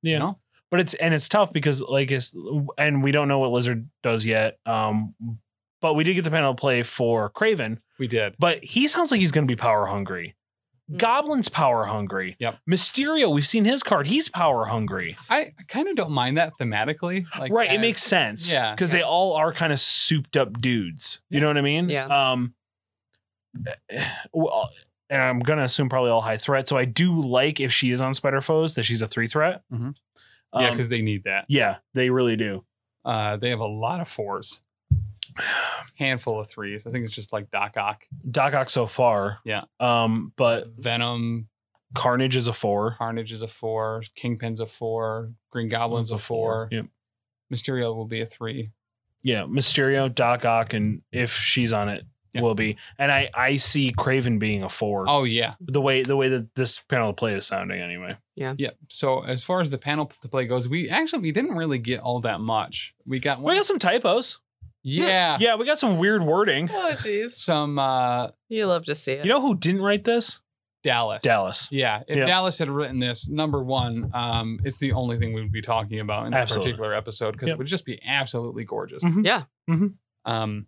[SPEAKER 1] yeah,
[SPEAKER 2] You know?
[SPEAKER 1] but it's and it's tough because like it's and we don't know what Lizard does yet. Um, but we did get the panel play for Craven,
[SPEAKER 2] We did.
[SPEAKER 1] but he sounds like he's going to be power hungry.
[SPEAKER 3] Mm.
[SPEAKER 1] Goblin's power hungry.
[SPEAKER 2] Yep.
[SPEAKER 1] Mysterio, we've seen his card. He's power hungry.
[SPEAKER 2] I, I kind of don't mind that thematically. Like
[SPEAKER 1] right. it
[SPEAKER 2] as-
[SPEAKER 1] makes sense.
[SPEAKER 2] yeah.
[SPEAKER 1] Because they all are kind of souped up dudes. You know what I mean?
[SPEAKER 3] Yeah.
[SPEAKER 1] Um, well, and I'm going to assume probably all high threat. So I do like if she is on Spider Foes that she's a three threat.
[SPEAKER 2] Mhm. yeah,
[SPEAKER 1] Um,
[SPEAKER 2] because they need that.
[SPEAKER 1] yeah, they really do.
[SPEAKER 2] Uh, they have a lot of fours, handful of threes. I think it's just like Doc Ock,
[SPEAKER 1] Doc Ock so far.
[SPEAKER 2] Yeah.
[SPEAKER 1] Um, but
[SPEAKER 2] Venom,
[SPEAKER 1] Carnage is a four.
[SPEAKER 2] Carnage is a four, Kingpin's a four, Green Goblin's a four,
[SPEAKER 1] Yep.
[SPEAKER 2] Mysterio will be a three.
[SPEAKER 1] Yeah, Mysterio, Doc Ock, and if she's on it,
[SPEAKER 2] Yeah.
[SPEAKER 1] will be. And I I see Craven being a four.
[SPEAKER 2] Oh yeah,
[SPEAKER 1] The way the way that this panel of play is sounding anyway.
[SPEAKER 2] yeah. So as far as the panel p- to play goes, we actually we didn't really get all that much. We got
[SPEAKER 1] We
[SPEAKER 2] one.
[SPEAKER 1] got some typos.
[SPEAKER 2] yeah,
[SPEAKER 1] Yeah, we got some weird wording.
[SPEAKER 3] Oh, jeez.
[SPEAKER 2] some uh,
[SPEAKER 3] You love to see it.
[SPEAKER 1] You know who didn't write this?
[SPEAKER 2] Dallas.
[SPEAKER 1] Dallas.
[SPEAKER 2] Yeah, if
[SPEAKER 1] Yeah.
[SPEAKER 2] Dallas had written this, number one, um, it's the only thing we would be talking about in this
[SPEAKER 1] Absolutely.
[SPEAKER 2] particular episode because
[SPEAKER 1] Yep.
[SPEAKER 2] it would just be absolutely gorgeous.
[SPEAKER 1] Mhm.
[SPEAKER 3] Yeah.
[SPEAKER 1] Mhm.
[SPEAKER 2] Um,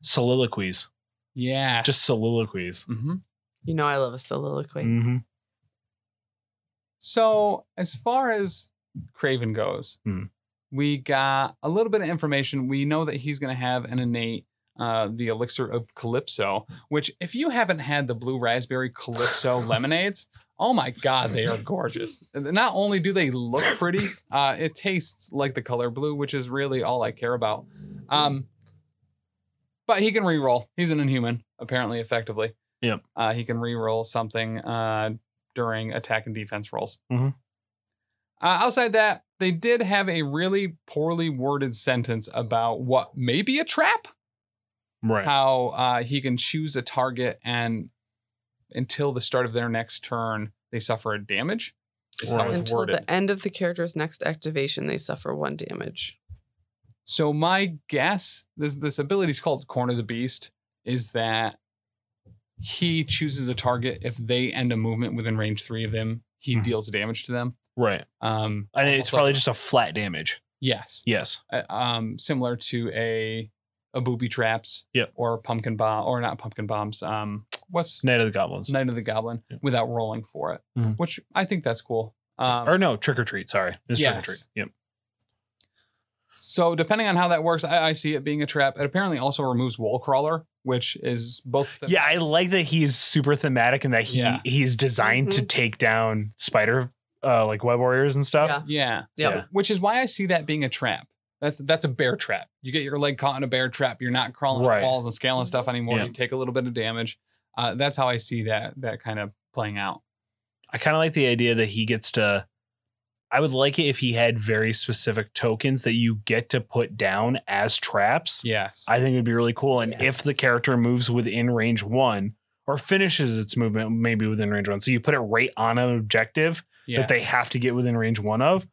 [SPEAKER 1] Soliloquies.
[SPEAKER 2] yeah,
[SPEAKER 1] Just soliloquies.
[SPEAKER 2] hmm
[SPEAKER 3] You know I love a soliloquy.
[SPEAKER 1] Mhm.
[SPEAKER 2] So, as far as Craven goes,
[SPEAKER 1] Hmm.
[SPEAKER 2] we got a little bit of information. We know that he's going to have an innate, uh, the elixir of Calypso, which, if you haven't had the blue raspberry Calypso lemonades, oh my God, they are gorgeous. Not only do they look pretty, uh, it tastes like the color blue, which is really all I care about. Um, but he can reroll. He's an inhuman, apparently, effectively.
[SPEAKER 1] Yep.
[SPEAKER 2] Uh, he can reroll something uh, during attack and defense rolls.
[SPEAKER 1] Mhm.
[SPEAKER 2] Uh, outside that, they did have a really poorly worded sentence about what may be a trap.
[SPEAKER 1] Right.
[SPEAKER 2] How uh, he can choose a target and until the start of their next turn, they suffer a damage. Is how it's
[SPEAKER 3] Until
[SPEAKER 2] worded.
[SPEAKER 3] the end of the character's next activation, they suffer one damage.
[SPEAKER 2] So my guess, this this ability is called Corner the Beast, is that he chooses a target if they end a movement within range three of them, he
[SPEAKER 1] Mhm.
[SPEAKER 2] deals damage to them.
[SPEAKER 1] Right.
[SPEAKER 2] Um,
[SPEAKER 1] And it's
[SPEAKER 2] Also-
[SPEAKER 1] probably just a flat damage.
[SPEAKER 2] yes,
[SPEAKER 1] Yes.
[SPEAKER 2] Uh, um, similar to a a booby traps,
[SPEAKER 1] Yep.
[SPEAKER 2] or pumpkin bomb, or not pumpkin bombs. Um, what's
[SPEAKER 1] Night of the Goblins.
[SPEAKER 2] Night of the Goblin
[SPEAKER 1] Yep.
[SPEAKER 2] without rolling for it,
[SPEAKER 1] Mhm.
[SPEAKER 2] which I think that's cool. Um,
[SPEAKER 1] or no, trick or treat. Sorry. It's
[SPEAKER 2] Yes.
[SPEAKER 1] trick or treat. Yep.
[SPEAKER 2] So depending on how that works, I, I see it being a trap. It apparently also removes wall crawler, which is both. the-
[SPEAKER 1] Yeah, I like that he is super thematic and that he
[SPEAKER 2] Yeah.
[SPEAKER 1] he's designed
[SPEAKER 3] Mm-hmm.
[SPEAKER 1] to take down spider uh like web warriors and stuff.
[SPEAKER 3] Yeah.
[SPEAKER 2] yeah.
[SPEAKER 3] Yep.
[SPEAKER 1] Yeah.
[SPEAKER 2] Which is why I see that being a trap. That's that's a bear trap. You get your leg caught in a bear trap. You're not crawling
[SPEAKER 1] Right.
[SPEAKER 2] up walls and scaling stuff anymore.
[SPEAKER 1] Yeah.
[SPEAKER 2] You take a little bit of damage. Uh, that's how I see that that kind of playing out.
[SPEAKER 1] I kind of like the idea that he gets to. I would like it if he had very specific tokens that you get to put down as traps.
[SPEAKER 2] Yes.
[SPEAKER 1] I think it'd be really cool. And if
[SPEAKER 3] Yes.
[SPEAKER 1] the character moves within range one or finishes its movement, maybe within range one, so you put it right on an objective
[SPEAKER 2] yeah.
[SPEAKER 1] that they have to get within range one of,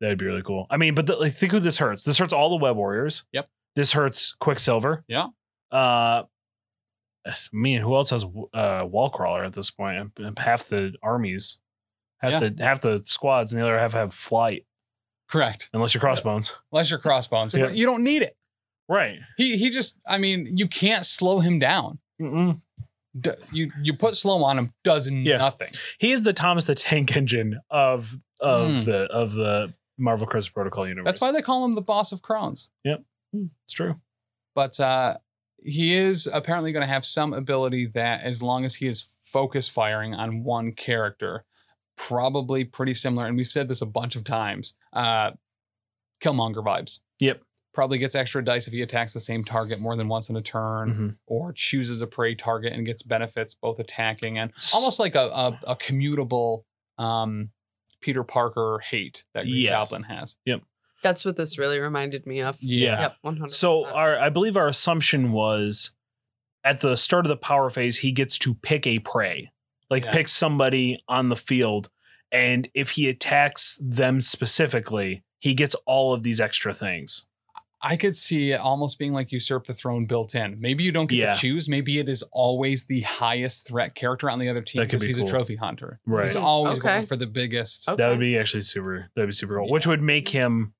[SPEAKER 1] that'd be really cool. I mean, but the, like, think who this hurts. This hurts all the Web Warriors.
[SPEAKER 2] Yep.
[SPEAKER 1] This hurts Quicksilver.
[SPEAKER 2] Yeah.
[SPEAKER 1] Uh, man, who else has uh, Wall Crawler at this point? Half the armies, half
[SPEAKER 2] Yeah.
[SPEAKER 1] the half the squads, and the other half have flight,
[SPEAKER 2] Correct.
[SPEAKER 1] unless you're crossbones.
[SPEAKER 2] Unless you're crossbones,
[SPEAKER 1] Yeah.
[SPEAKER 2] you don't need it.
[SPEAKER 1] Right.
[SPEAKER 2] He he just. I mean, you can't slow him down.
[SPEAKER 1] Mm-mm.
[SPEAKER 2] D- you you put slow on him does
[SPEAKER 1] Yeah.
[SPEAKER 2] nothing.
[SPEAKER 1] He is the Thomas the Tank Engine of of
[SPEAKER 2] Hmm.
[SPEAKER 1] the of the Marvel Crisis Protocol universe.
[SPEAKER 2] That's why they call him the boss of Crohn's.
[SPEAKER 1] it's true.
[SPEAKER 2] but uh, he is apparently going to have some ability that, as long as he is focus firing on one character, probably pretty similar. And we've said this a bunch of times. Uh, Killmonger vibes.
[SPEAKER 1] Yep.
[SPEAKER 2] Probably gets extra dice if he attacks the same target more than once in a turn,
[SPEAKER 1] Mhm.
[SPEAKER 2] or chooses a prey target and gets benefits both attacking and almost like a a, a commutable um, Peter Parker hate that Green
[SPEAKER 1] Yes.
[SPEAKER 2] Goblin has.
[SPEAKER 3] That's what this really reminded me of.
[SPEAKER 1] Yeah. uh,
[SPEAKER 3] Yep, 100%.
[SPEAKER 1] So our I believe our assumption was at the start of the power phase, he gets to pick a prey, like
[SPEAKER 2] Yeah.
[SPEAKER 1] pick somebody on the field. And if he attacks them specifically, he gets all of these extra things.
[SPEAKER 2] I could see it almost being like usurp the throne built in. Maybe you don't get
[SPEAKER 1] Yeah.
[SPEAKER 2] to choose. Maybe it is always the highest threat character on the other team
[SPEAKER 1] That could
[SPEAKER 2] because
[SPEAKER 1] be
[SPEAKER 2] he's
[SPEAKER 1] cool.
[SPEAKER 2] a trophy hunter.
[SPEAKER 1] Right.
[SPEAKER 2] He's always
[SPEAKER 3] Okay.
[SPEAKER 2] going for the biggest.
[SPEAKER 3] Okay.
[SPEAKER 1] That would be actually super. That'd be super cool. Which would make him.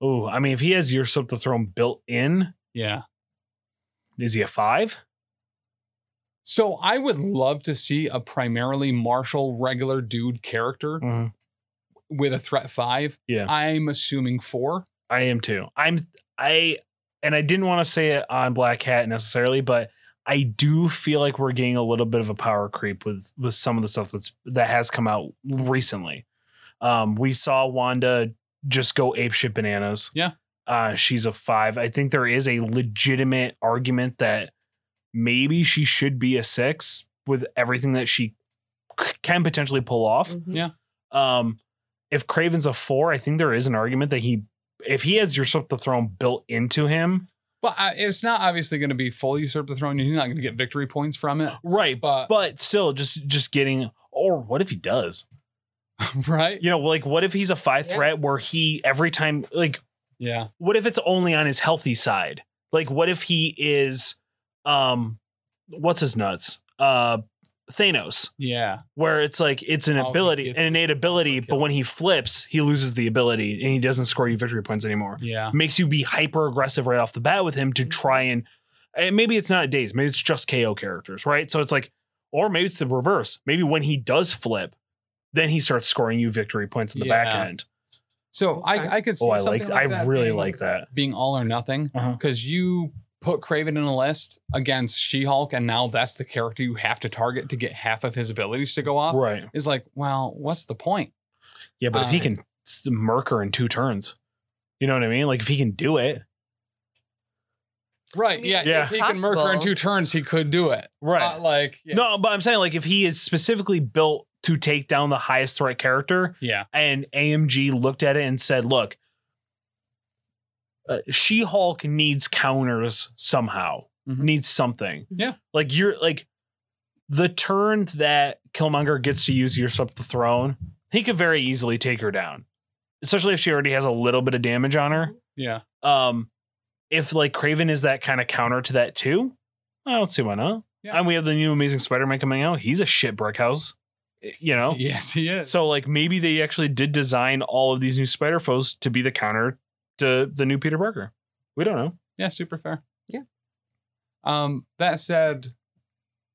[SPEAKER 1] Oh, I mean, if he has usurp the throne built in,
[SPEAKER 2] Yeah.
[SPEAKER 1] is he a five?
[SPEAKER 2] So I would love to see a primarily martial regular dude character with a threat five.
[SPEAKER 1] Yeah.
[SPEAKER 2] I'm assuming four.
[SPEAKER 1] I am too. I'm I and I didn't want to say it on Black Hat necessarily, but I do feel like we're getting a little bit of a power creep with with some of the stuff that's that has come out recently. Um we saw Wanda just go apeshit bananas.
[SPEAKER 2] Yeah.
[SPEAKER 1] Uh she's a 5. I think there is a legitimate argument that maybe she should be a 6 with everything that she c- can potentially pull off.
[SPEAKER 3] Mhm.
[SPEAKER 2] Yeah.
[SPEAKER 1] Um, if Craven's a four, I think there is an argument that he, if he has usurp the throne built into him,
[SPEAKER 2] But I, it's not obviously going to be full usurp the throne. You're not going to get victory points from it.
[SPEAKER 1] right? But,
[SPEAKER 2] But,
[SPEAKER 1] but still, just just getting. Or what if he does?
[SPEAKER 2] right?
[SPEAKER 1] You know, like what if he's a five
[SPEAKER 3] Yeah.
[SPEAKER 1] threat where he every time, like,
[SPEAKER 2] Yeah.
[SPEAKER 1] what if it's only on his healthy side? Like, what if he is, um, what's his nuts? Uh, Thanos,
[SPEAKER 2] Yeah.
[SPEAKER 1] where it's like it's an
[SPEAKER 2] Oh, he
[SPEAKER 1] ability,
[SPEAKER 2] gets
[SPEAKER 1] an innate ability, but when he flips, he loses the ability and he doesn't score you victory points anymore.
[SPEAKER 2] Yeah.
[SPEAKER 1] makes you be hyper aggressive right off the bat with him to
[SPEAKER 2] Mm-hmm.
[SPEAKER 1] try and, and maybe it's not days, maybe it's just KO characters, right? So it's like, or maybe it's the reverse. Maybe when he does flip, then he starts scoring you victory points in the
[SPEAKER 2] Yeah.
[SPEAKER 1] back end.
[SPEAKER 2] So
[SPEAKER 3] Okay.
[SPEAKER 2] I, I could see.
[SPEAKER 1] Oh, I
[SPEAKER 2] something
[SPEAKER 1] like,
[SPEAKER 2] like
[SPEAKER 1] I
[SPEAKER 2] that
[SPEAKER 1] really
[SPEAKER 2] being-
[SPEAKER 1] like that.
[SPEAKER 2] being all or nothing
[SPEAKER 1] Uh-huh.
[SPEAKER 2] because you put Craven in a list against She Hulk, and now that's the character you have to target to get half of his abilities to go off.
[SPEAKER 1] Right.
[SPEAKER 2] Is like, well, what's the point?
[SPEAKER 1] Yeah, but if he
[SPEAKER 2] Uh,
[SPEAKER 1] can s- murk her in two turns, you know what I mean? Like if he can do it,
[SPEAKER 2] Right.
[SPEAKER 3] I mean,
[SPEAKER 2] yeah.
[SPEAKER 1] Yeah.
[SPEAKER 2] If he can murk her in
[SPEAKER 3] possible.
[SPEAKER 2] two turns, he could do it. Not like, yeah.
[SPEAKER 1] No, but I'm saying like if he is specifically built to take down the highest threat character,
[SPEAKER 2] Yeah.
[SPEAKER 1] and AMG looked at it and said, "Look, uh, She Hulk needs counters somehow.
[SPEAKER 2] Mhm.
[SPEAKER 1] Needs something.
[SPEAKER 2] Yeah.
[SPEAKER 1] like you're like the turn that Killmonger gets to use usurp the throne. He could very easily take her down, especially if she already has a little bit of damage on her.
[SPEAKER 2] Yeah.
[SPEAKER 1] Um, if like Craven is that kind of counter to that too, I don't see why not.
[SPEAKER 2] Yeah.
[SPEAKER 1] And we have the new Amazing Spider-Man coming out. He's a shit brick house, you know.
[SPEAKER 2] Yes, he is.
[SPEAKER 1] So like maybe they actually did design all of these new spider foes to be the counter to the new Peter Parker. We don't know.
[SPEAKER 2] Yeah, super fair.
[SPEAKER 3] Yeah.
[SPEAKER 2] Um, that said,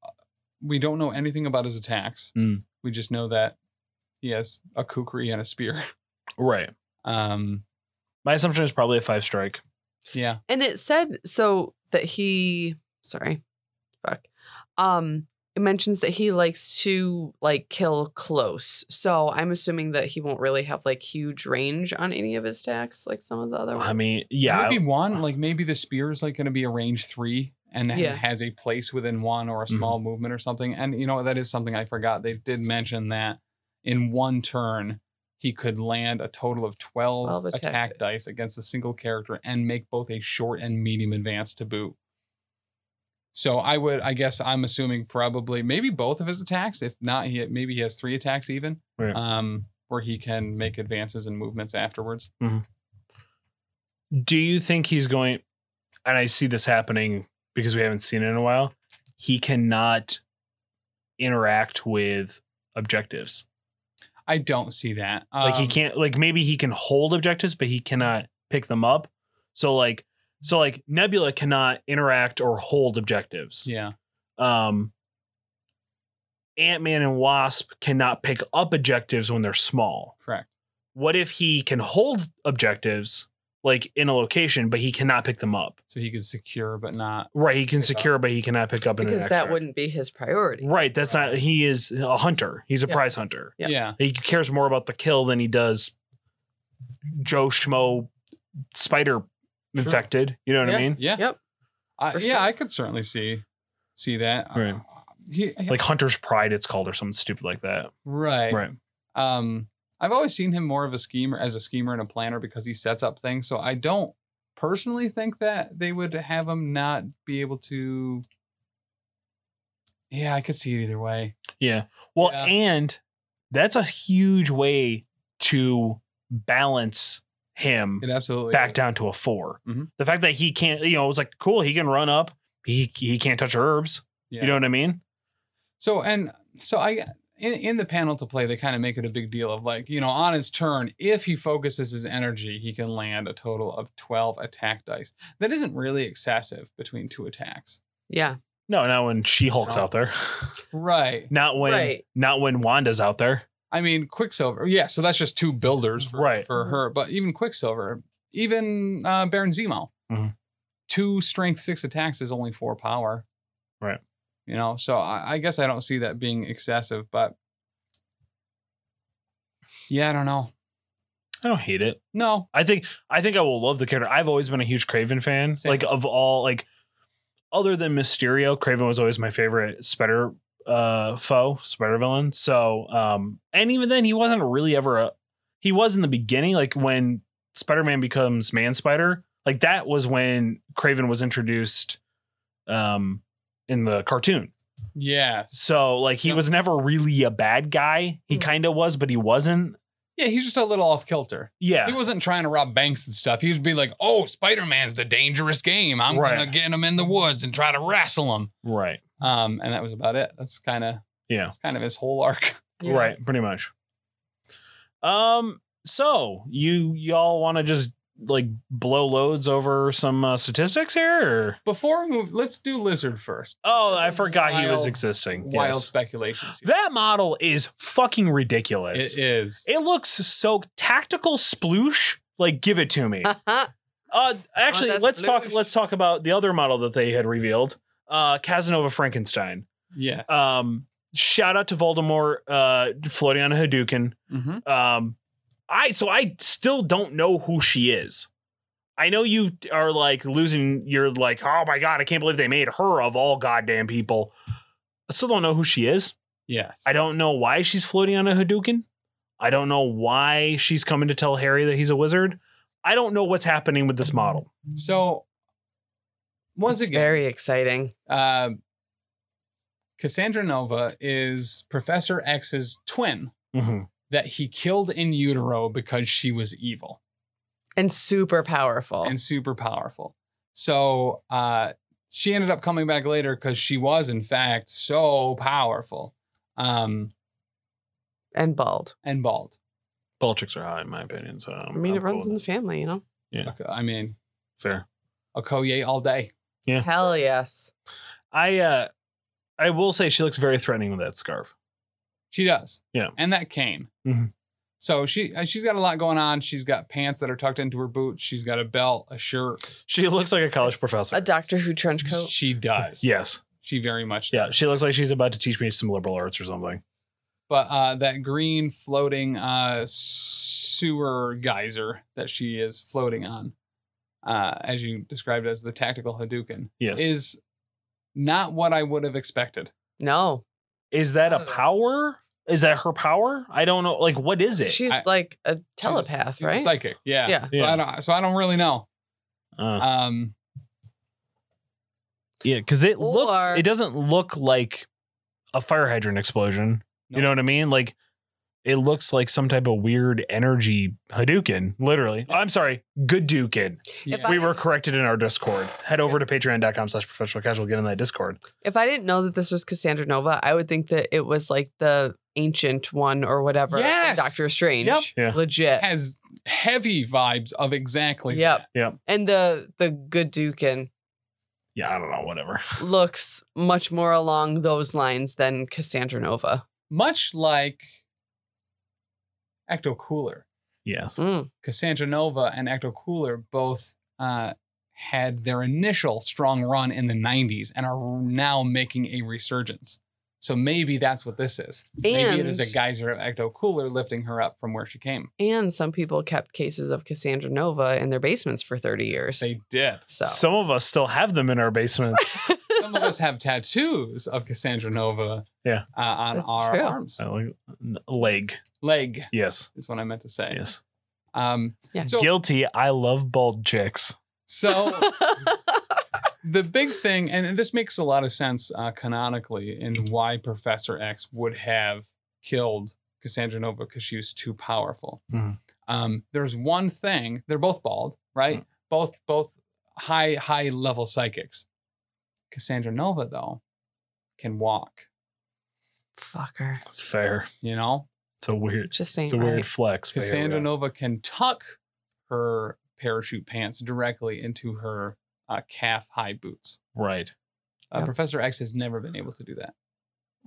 [SPEAKER 2] uh, we don't know anything about his attacks.
[SPEAKER 1] Mm.
[SPEAKER 2] We just know that he has a kukri and a spear.
[SPEAKER 1] Right.
[SPEAKER 2] Um,
[SPEAKER 1] My assumption is probably a five strike.
[SPEAKER 2] yeah.
[SPEAKER 3] And it said so that he sorry, fuck. Um it mentions that he likes to like kill close. So I'm assuming that he won't really have like huge range on any of his attacks like some of the other ones.
[SPEAKER 1] I mean, yeah.
[SPEAKER 2] Maybe one, like maybe the spear is like going to be a range three and ha-
[SPEAKER 3] Yeah.
[SPEAKER 2] has a place within one or a
[SPEAKER 1] Mm-hmm.
[SPEAKER 2] small movement or something. And you know, that is something I forgot. They did mention that in one turn, he could land a total of 12,
[SPEAKER 3] 12
[SPEAKER 2] attack,
[SPEAKER 3] attack dice.
[SPEAKER 2] dice against a single character and make both a short and medium advance to boot. So I would, I guess I'm assuming probably maybe both of his attacks. If not, he maybe he has three attacks even,
[SPEAKER 1] Right.
[SPEAKER 2] um, where he can make advances and movements afterwards.
[SPEAKER 1] Do you think he's going and I see this happening because we haven't seen it in a while. He cannot interact with objectives.
[SPEAKER 2] I don't see that.
[SPEAKER 1] Like he
[SPEAKER 2] Um,
[SPEAKER 1] can't like maybe he can hold objectives, but he cannot pick them up. So like so like Nebula cannot interact or hold objectives.
[SPEAKER 2] Yeah.
[SPEAKER 1] um ant-man and wasp cannot pick up objectives when they're small
[SPEAKER 2] Correct.
[SPEAKER 1] what if he can hold objectives like in a location but he cannot pick them up
[SPEAKER 2] So he could secure, but not.
[SPEAKER 1] right he can
[SPEAKER 2] Pick up.
[SPEAKER 1] secure but he cannot pick up in an
[SPEAKER 3] because that
[SPEAKER 1] extract.
[SPEAKER 3] wouldn't be his priority.
[SPEAKER 1] right that's not he is a hunter he's a
[SPEAKER 3] Yeah.
[SPEAKER 1] prize hunter
[SPEAKER 3] Yeah.
[SPEAKER 2] Yeah.
[SPEAKER 1] he cares more about the kill than he does joe schmo spider infected you know what i mean
[SPEAKER 2] Yeah.
[SPEAKER 3] Yep.
[SPEAKER 2] I,
[SPEAKER 3] For
[SPEAKER 2] yeah,
[SPEAKER 3] sure.
[SPEAKER 2] I could certainly see see that. Uh,
[SPEAKER 1] Right.
[SPEAKER 2] he-
[SPEAKER 1] like hunter's pride it's called or something stupid like that
[SPEAKER 2] right.
[SPEAKER 1] right
[SPEAKER 2] Um, I've always seen him more of a schemer as a schemer and a planner because he sets up things. So I don't personally think that they would have him not be able to Yeah, I could see it either way.
[SPEAKER 1] Yeah. Well,
[SPEAKER 2] Yeah.
[SPEAKER 1] and that's a huge way to balance him
[SPEAKER 2] It absolutely
[SPEAKER 1] back
[SPEAKER 2] is.
[SPEAKER 1] down to a 4
[SPEAKER 2] Mhm.
[SPEAKER 1] The fact that he can't, you know, it's like cool. He can run up. He he can't touch herbs.
[SPEAKER 2] Yeah.
[SPEAKER 1] You know what I mean?
[SPEAKER 2] So and so I in, in the panel to play, they kind of make it a big deal of like, you know, on his turn, if he focuses his energy, he can land a total of 12 attack dice. That isn't really excessive between two attacks.
[SPEAKER 3] Yeah.
[SPEAKER 1] No, not when She Hulk's
[SPEAKER 2] No.
[SPEAKER 1] out there.
[SPEAKER 2] Right.
[SPEAKER 1] Not when
[SPEAKER 3] Right.
[SPEAKER 1] not when Wanda's out there.
[SPEAKER 2] I mean, Quicksilver. Yeah, so that's just two builders for,
[SPEAKER 1] Right.
[SPEAKER 2] for her. But even Quicksilver, even uh, Baron Zemo,
[SPEAKER 1] Mhm.
[SPEAKER 2] two strength six attacks is only four power.
[SPEAKER 1] Right.
[SPEAKER 2] You know, so I, I guess I don't see that being excessive, but yeah, I don't know.
[SPEAKER 1] I don't hate it.
[SPEAKER 2] No,
[SPEAKER 1] I think I think I will love the character. I've always been a huge Craven fan.
[SPEAKER 2] Same.
[SPEAKER 1] Like of all like other than Mysterio, Craven was always my favorite spider uh foe, spider villain. So um and even then he wasn't really ever a he was in the beginning, like when Spider-Man becomes Man Spider, like that was when Craven was introduced um in the cartoon.
[SPEAKER 2] yeah, Hmm.
[SPEAKER 1] So like he
[SPEAKER 2] Yep.
[SPEAKER 1] was never really a bad guy. He
[SPEAKER 3] Mhm.
[SPEAKER 1] kind of was, but he wasn't.
[SPEAKER 2] yeah. He's just a little off kilter.
[SPEAKER 1] Yeah.
[SPEAKER 2] He wasn't trying to rob banks and stuff. He would be like, "Oh, Spider Man's the dangerous game. I'm
[SPEAKER 1] Right.
[SPEAKER 2] gonna get him in the woods and try to wrestle him."
[SPEAKER 1] right.
[SPEAKER 2] Um, and that was about it. That's kind of
[SPEAKER 1] Yeah.
[SPEAKER 2] kind of his whole arc.
[SPEAKER 3] Yeah.
[SPEAKER 1] Right, pretty much. Um, so you y'all want to just like blow loads over some uh, statistics here? Or?
[SPEAKER 2] Before we move, let's do Lizard first.
[SPEAKER 1] Oh, I forgot he was
[SPEAKER 2] Wild-
[SPEAKER 1] existing.
[SPEAKER 2] Wild
[SPEAKER 1] Yes.
[SPEAKER 2] speculations. here.
[SPEAKER 1] That model is fucking ridiculous.
[SPEAKER 2] It
[SPEAKER 1] It,
[SPEAKER 2] is.
[SPEAKER 1] looks so tactical sploosh. Like, give it to me.
[SPEAKER 3] Uh-huh.
[SPEAKER 1] Uh, actually,
[SPEAKER 3] that
[SPEAKER 1] let's talk.
[SPEAKER 3] sploosh.
[SPEAKER 1] Let's talk about the other model that they had revealed. Uh, Casanova Frankenstein.
[SPEAKER 2] Yes.
[SPEAKER 1] Um, shout out to Voldemort uh, floating on a Hadouken.
[SPEAKER 3] Mm-hmm.
[SPEAKER 2] Mhm.
[SPEAKER 1] Um, I so I still don't know who she is. I know you are like losing. You're like, oh my god, I can't believe they made her of all goddamn people. I still don't know who she is.
[SPEAKER 2] Yes.
[SPEAKER 1] I don't know why she's floating on a Hadouken. I don't know why she's coming to tell Harry that he's a wizard. I don't know what's happening with this model.
[SPEAKER 2] so once
[SPEAKER 3] It's
[SPEAKER 2] again,
[SPEAKER 3] very exciting.
[SPEAKER 2] um, Cassandra Nova is Professor X's twin
[SPEAKER 1] Mm-hmm.
[SPEAKER 2] that he killed in utero because she was evil.
[SPEAKER 3] And super
[SPEAKER 1] Oh.
[SPEAKER 3] powerful.
[SPEAKER 2] and super powerful. So uh, she ended up coming back later because she was, in fact, so powerful um,
[SPEAKER 3] and bald.
[SPEAKER 2] and bald.
[SPEAKER 1] Balchics are high, in my opinion. So
[SPEAKER 3] I mean, it runs in the family, you know?
[SPEAKER 2] Okay, I mean,
[SPEAKER 1] fair.
[SPEAKER 2] a Koye all day.
[SPEAKER 1] Yeah.
[SPEAKER 3] Hell yes.
[SPEAKER 1] I uh, I will say she looks very threatening with that scarf.
[SPEAKER 2] She does.
[SPEAKER 1] Yeah.
[SPEAKER 2] And that cane.
[SPEAKER 1] Mhm.
[SPEAKER 2] So she uh, she's got a lot going on. She's got pants that are tucked into her boots. She's got a belt, a shirt.
[SPEAKER 1] She looks like a college professor.
[SPEAKER 3] A Doctor Who trench coat.
[SPEAKER 2] She does.
[SPEAKER 1] yes.
[SPEAKER 2] She very much does.
[SPEAKER 1] Yeah, she looks like she's about to teach me some liberal arts or something.
[SPEAKER 2] But uh, that green floating uh, sewer geyser that she is floating on, uh, as you described as the tactical Hadouken,
[SPEAKER 1] Yes. Is,
[SPEAKER 2] is not what I would have expected.
[SPEAKER 3] No.
[SPEAKER 1] that
[SPEAKER 3] Oh.
[SPEAKER 1] a power? Is that her power? I don't know. Like, what is it?
[SPEAKER 3] She's
[SPEAKER 2] I-
[SPEAKER 3] like a
[SPEAKER 2] She's a-
[SPEAKER 3] telepath,
[SPEAKER 2] she's a
[SPEAKER 3] right?
[SPEAKER 2] psychic, yeah.
[SPEAKER 3] Yeah.
[SPEAKER 2] So, I don't, so I don't really know.
[SPEAKER 1] uh,
[SPEAKER 2] Um,
[SPEAKER 1] yeah, because it
[SPEAKER 3] Or-
[SPEAKER 1] looks, it doesn't look like a fire hydrant explosion. You
[SPEAKER 2] No.
[SPEAKER 1] know what I mean? Like, it looks like some type of weird energy Hadouken, literally. Oh, I'm sorry, Goodukin.
[SPEAKER 2] yeah.
[SPEAKER 3] If I-
[SPEAKER 1] We were corrected in our Discord. Head over to patreon.com slash professional casual, get in that Discord.
[SPEAKER 3] If I didn't know that this was Cassandra Nova, I would think that it was like the ancient one or whatever. from
[SPEAKER 2] Yes.
[SPEAKER 3] Doctor Strange.
[SPEAKER 2] Yep.
[SPEAKER 1] Yeah.
[SPEAKER 3] Legit.
[SPEAKER 2] has heavy vibes of exactly
[SPEAKER 3] Yep.
[SPEAKER 2] that.
[SPEAKER 3] And the the good Dukin
[SPEAKER 1] Yeah, I don't know, whatever.
[SPEAKER 3] looks much more along those lines than Cassandra Nova.
[SPEAKER 2] Much like Ecto Cooler.
[SPEAKER 1] Yes.
[SPEAKER 3] Mm.
[SPEAKER 2] Cassandra Nova and Ecto Cooler both uh, had their initial strong run in the 90s and are now making a resurgence. So maybe that's what this is. maybe it is a
[SPEAKER 3] And
[SPEAKER 2] geyser of Ecto Cooler lifting her up from where she came.
[SPEAKER 3] and some people kept cases of Cassandra Nova in their basements for 30 years.
[SPEAKER 2] They did.
[SPEAKER 3] so
[SPEAKER 1] Some of us still have them in our basements.
[SPEAKER 2] Some of us have tattoos of Cassandra Nova
[SPEAKER 1] Yeah.
[SPEAKER 2] uh, on
[SPEAKER 3] That's
[SPEAKER 2] our
[SPEAKER 3] true.
[SPEAKER 2] arms.
[SPEAKER 1] Uh, like, n- leg.
[SPEAKER 2] Leg
[SPEAKER 1] Yes.
[SPEAKER 2] is what I meant to say.
[SPEAKER 1] Yes.
[SPEAKER 2] Um,
[SPEAKER 3] Yeah.
[SPEAKER 2] So,
[SPEAKER 1] Guilty. I love bald chicks.
[SPEAKER 2] so the big thing, and this makes a lot of sense uh, canonically in why Professor X would have killed Cassandra Nova because she was too powerful.
[SPEAKER 1] Mhm.
[SPEAKER 2] Um, there's one thing; they're both bald, right? Both both high high level psychics. Cassandra Nova though can walk.
[SPEAKER 3] Fucker.
[SPEAKER 1] It's fair.
[SPEAKER 2] You know,
[SPEAKER 1] It's a weird.
[SPEAKER 3] Just ain't
[SPEAKER 1] It's a weird
[SPEAKER 3] right.
[SPEAKER 1] flex. but here we
[SPEAKER 2] Cassandra
[SPEAKER 1] are.
[SPEAKER 2] Nova can tuck her parachute pants directly into her uh, calf high boots.
[SPEAKER 1] Right.
[SPEAKER 2] Uh,
[SPEAKER 3] Yep.
[SPEAKER 2] Professor X has never been able to do that.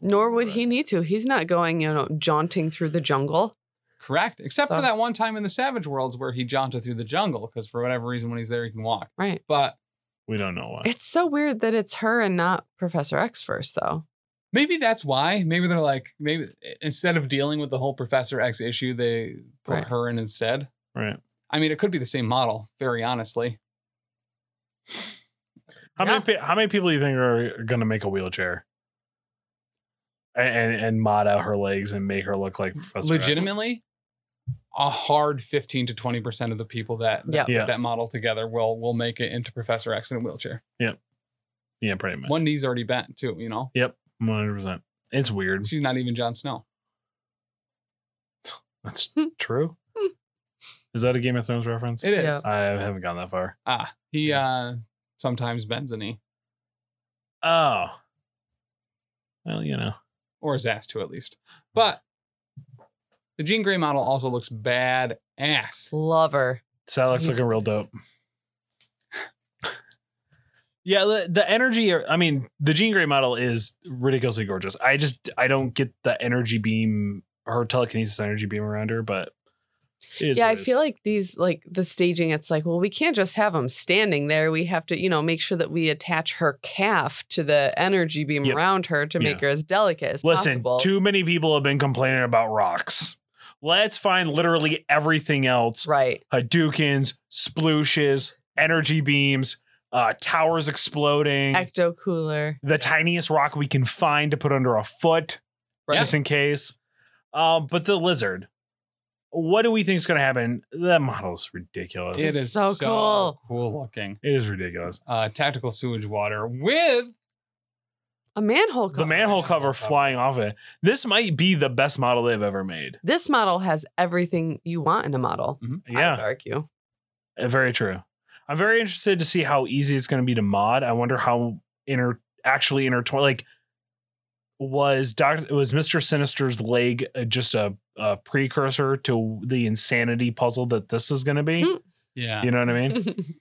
[SPEAKER 3] Nor would he need to. He's not going, you know, jaunting through the jungle.
[SPEAKER 2] Correct. Except
[SPEAKER 3] So-
[SPEAKER 2] for that one time in the Savage Worlds where he jaunted through the jungle because for whatever reason when he's there he can walk.
[SPEAKER 3] Right.
[SPEAKER 2] But
[SPEAKER 1] We don't know why.
[SPEAKER 3] It's so weird that it's her and not Professor X first, though.
[SPEAKER 2] maybe that's why. Maybe they're like maybe instead of dealing with the whole Professor X issue, they put
[SPEAKER 3] Right.
[SPEAKER 2] her in instead.
[SPEAKER 1] Right.
[SPEAKER 2] I mean, it could be the same model. Very honestly,
[SPEAKER 1] How many many how many people do you think are going to make a wheelchair? And, and and mod out her legs and make her look like Professor X?
[SPEAKER 2] legitimately, a hard fifteen to twenty percent of the people that that,
[SPEAKER 3] Yep.
[SPEAKER 1] Yeah.
[SPEAKER 2] that model together will will make it into Professor X in a wheelchair.
[SPEAKER 1] Yeah, pretty much.
[SPEAKER 2] One knee's already bent too. You know,
[SPEAKER 1] One hundred percent. It's weird.
[SPEAKER 2] she's not even Jon Snow.
[SPEAKER 1] That's true. Is that a Game of Thrones reference?
[SPEAKER 2] Hmm. It is.
[SPEAKER 3] Yeah.
[SPEAKER 1] I haven't gone that far.
[SPEAKER 2] Ah, he uh sometimes bends a knee.
[SPEAKER 1] Oh. Well, you know.
[SPEAKER 2] or his ass to at least. But the Jean Grey model also looks bad ass.
[SPEAKER 3] Lover.
[SPEAKER 1] Salak's looking real dope. Yeah, the, the energy. I mean, the Jean Grey model is ridiculously gorgeous. I just I don't get the energy beam, her telekinesis energy beam around her, but it is
[SPEAKER 3] yeah,
[SPEAKER 1] what
[SPEAKER 3] I
[SPEAKER 1] it is.
[SPEAKER 3] feel like these, like the staging, it's like, well, we can't just have them standing there. We have to, you know, make sure that we attach her calf to the energy beam
[SPEAKER 1] Yep.
[SPEAKER 3] around her to make
[SPEAKER 1] Yeah.
[SPEAKER 3] her as delicate as
[SPEAKER 1] Listen,
[SPEAKER 3] possible.
[SPEAKER 1] too many people have been complaining about rocks. Let's find literally everything else:
[SPEAKER 3] right.
[SPEAKER 1] Hadoukens, splooshes, energy beams, uh, towers exploding,
[SPEAKER 3] Ecto cooler.
[SPEAKER 1] the tiniest rock we can find to put under a foot.
[SPEAKER 3] Right.
[SPEAKER 1] just in case. Um, but the lizard, what do we think is going to happen? That model's ridiculous.
[SPEAKER 2] It is
[SPEAKER 3] So
[SPEAKER 2] so,
[SPEAKER 3] cool.
[SPEAKER 2] cool. looking.
[SPEAKER 1] it is ridiculous.
[SPEAKER 2] Uh, tactical sewage water with
[SPEAKER 3] A manhole cover.
[SPEAKER 1] The manhole cover flying off it. This might be the best model they've ever made.
[SPEAKER 3] this model has everything you want in a model. I would
[SPEAKER 1] Yeah, eh,
[SPEAKER 3] argue.
[SPEAKER 1] very true. I'm very interested to see how easy it's going to be to mod. I wonder how inter actually intertwined. Like, was Doctor was Mister Sinister's leg uh, just a, a precursor to the insanity puzzle that this is going to be?
[SPEAKER 3] Hmm.
[SPEAKER 2] yeah.
[SPEAKER 1] You know what I mean?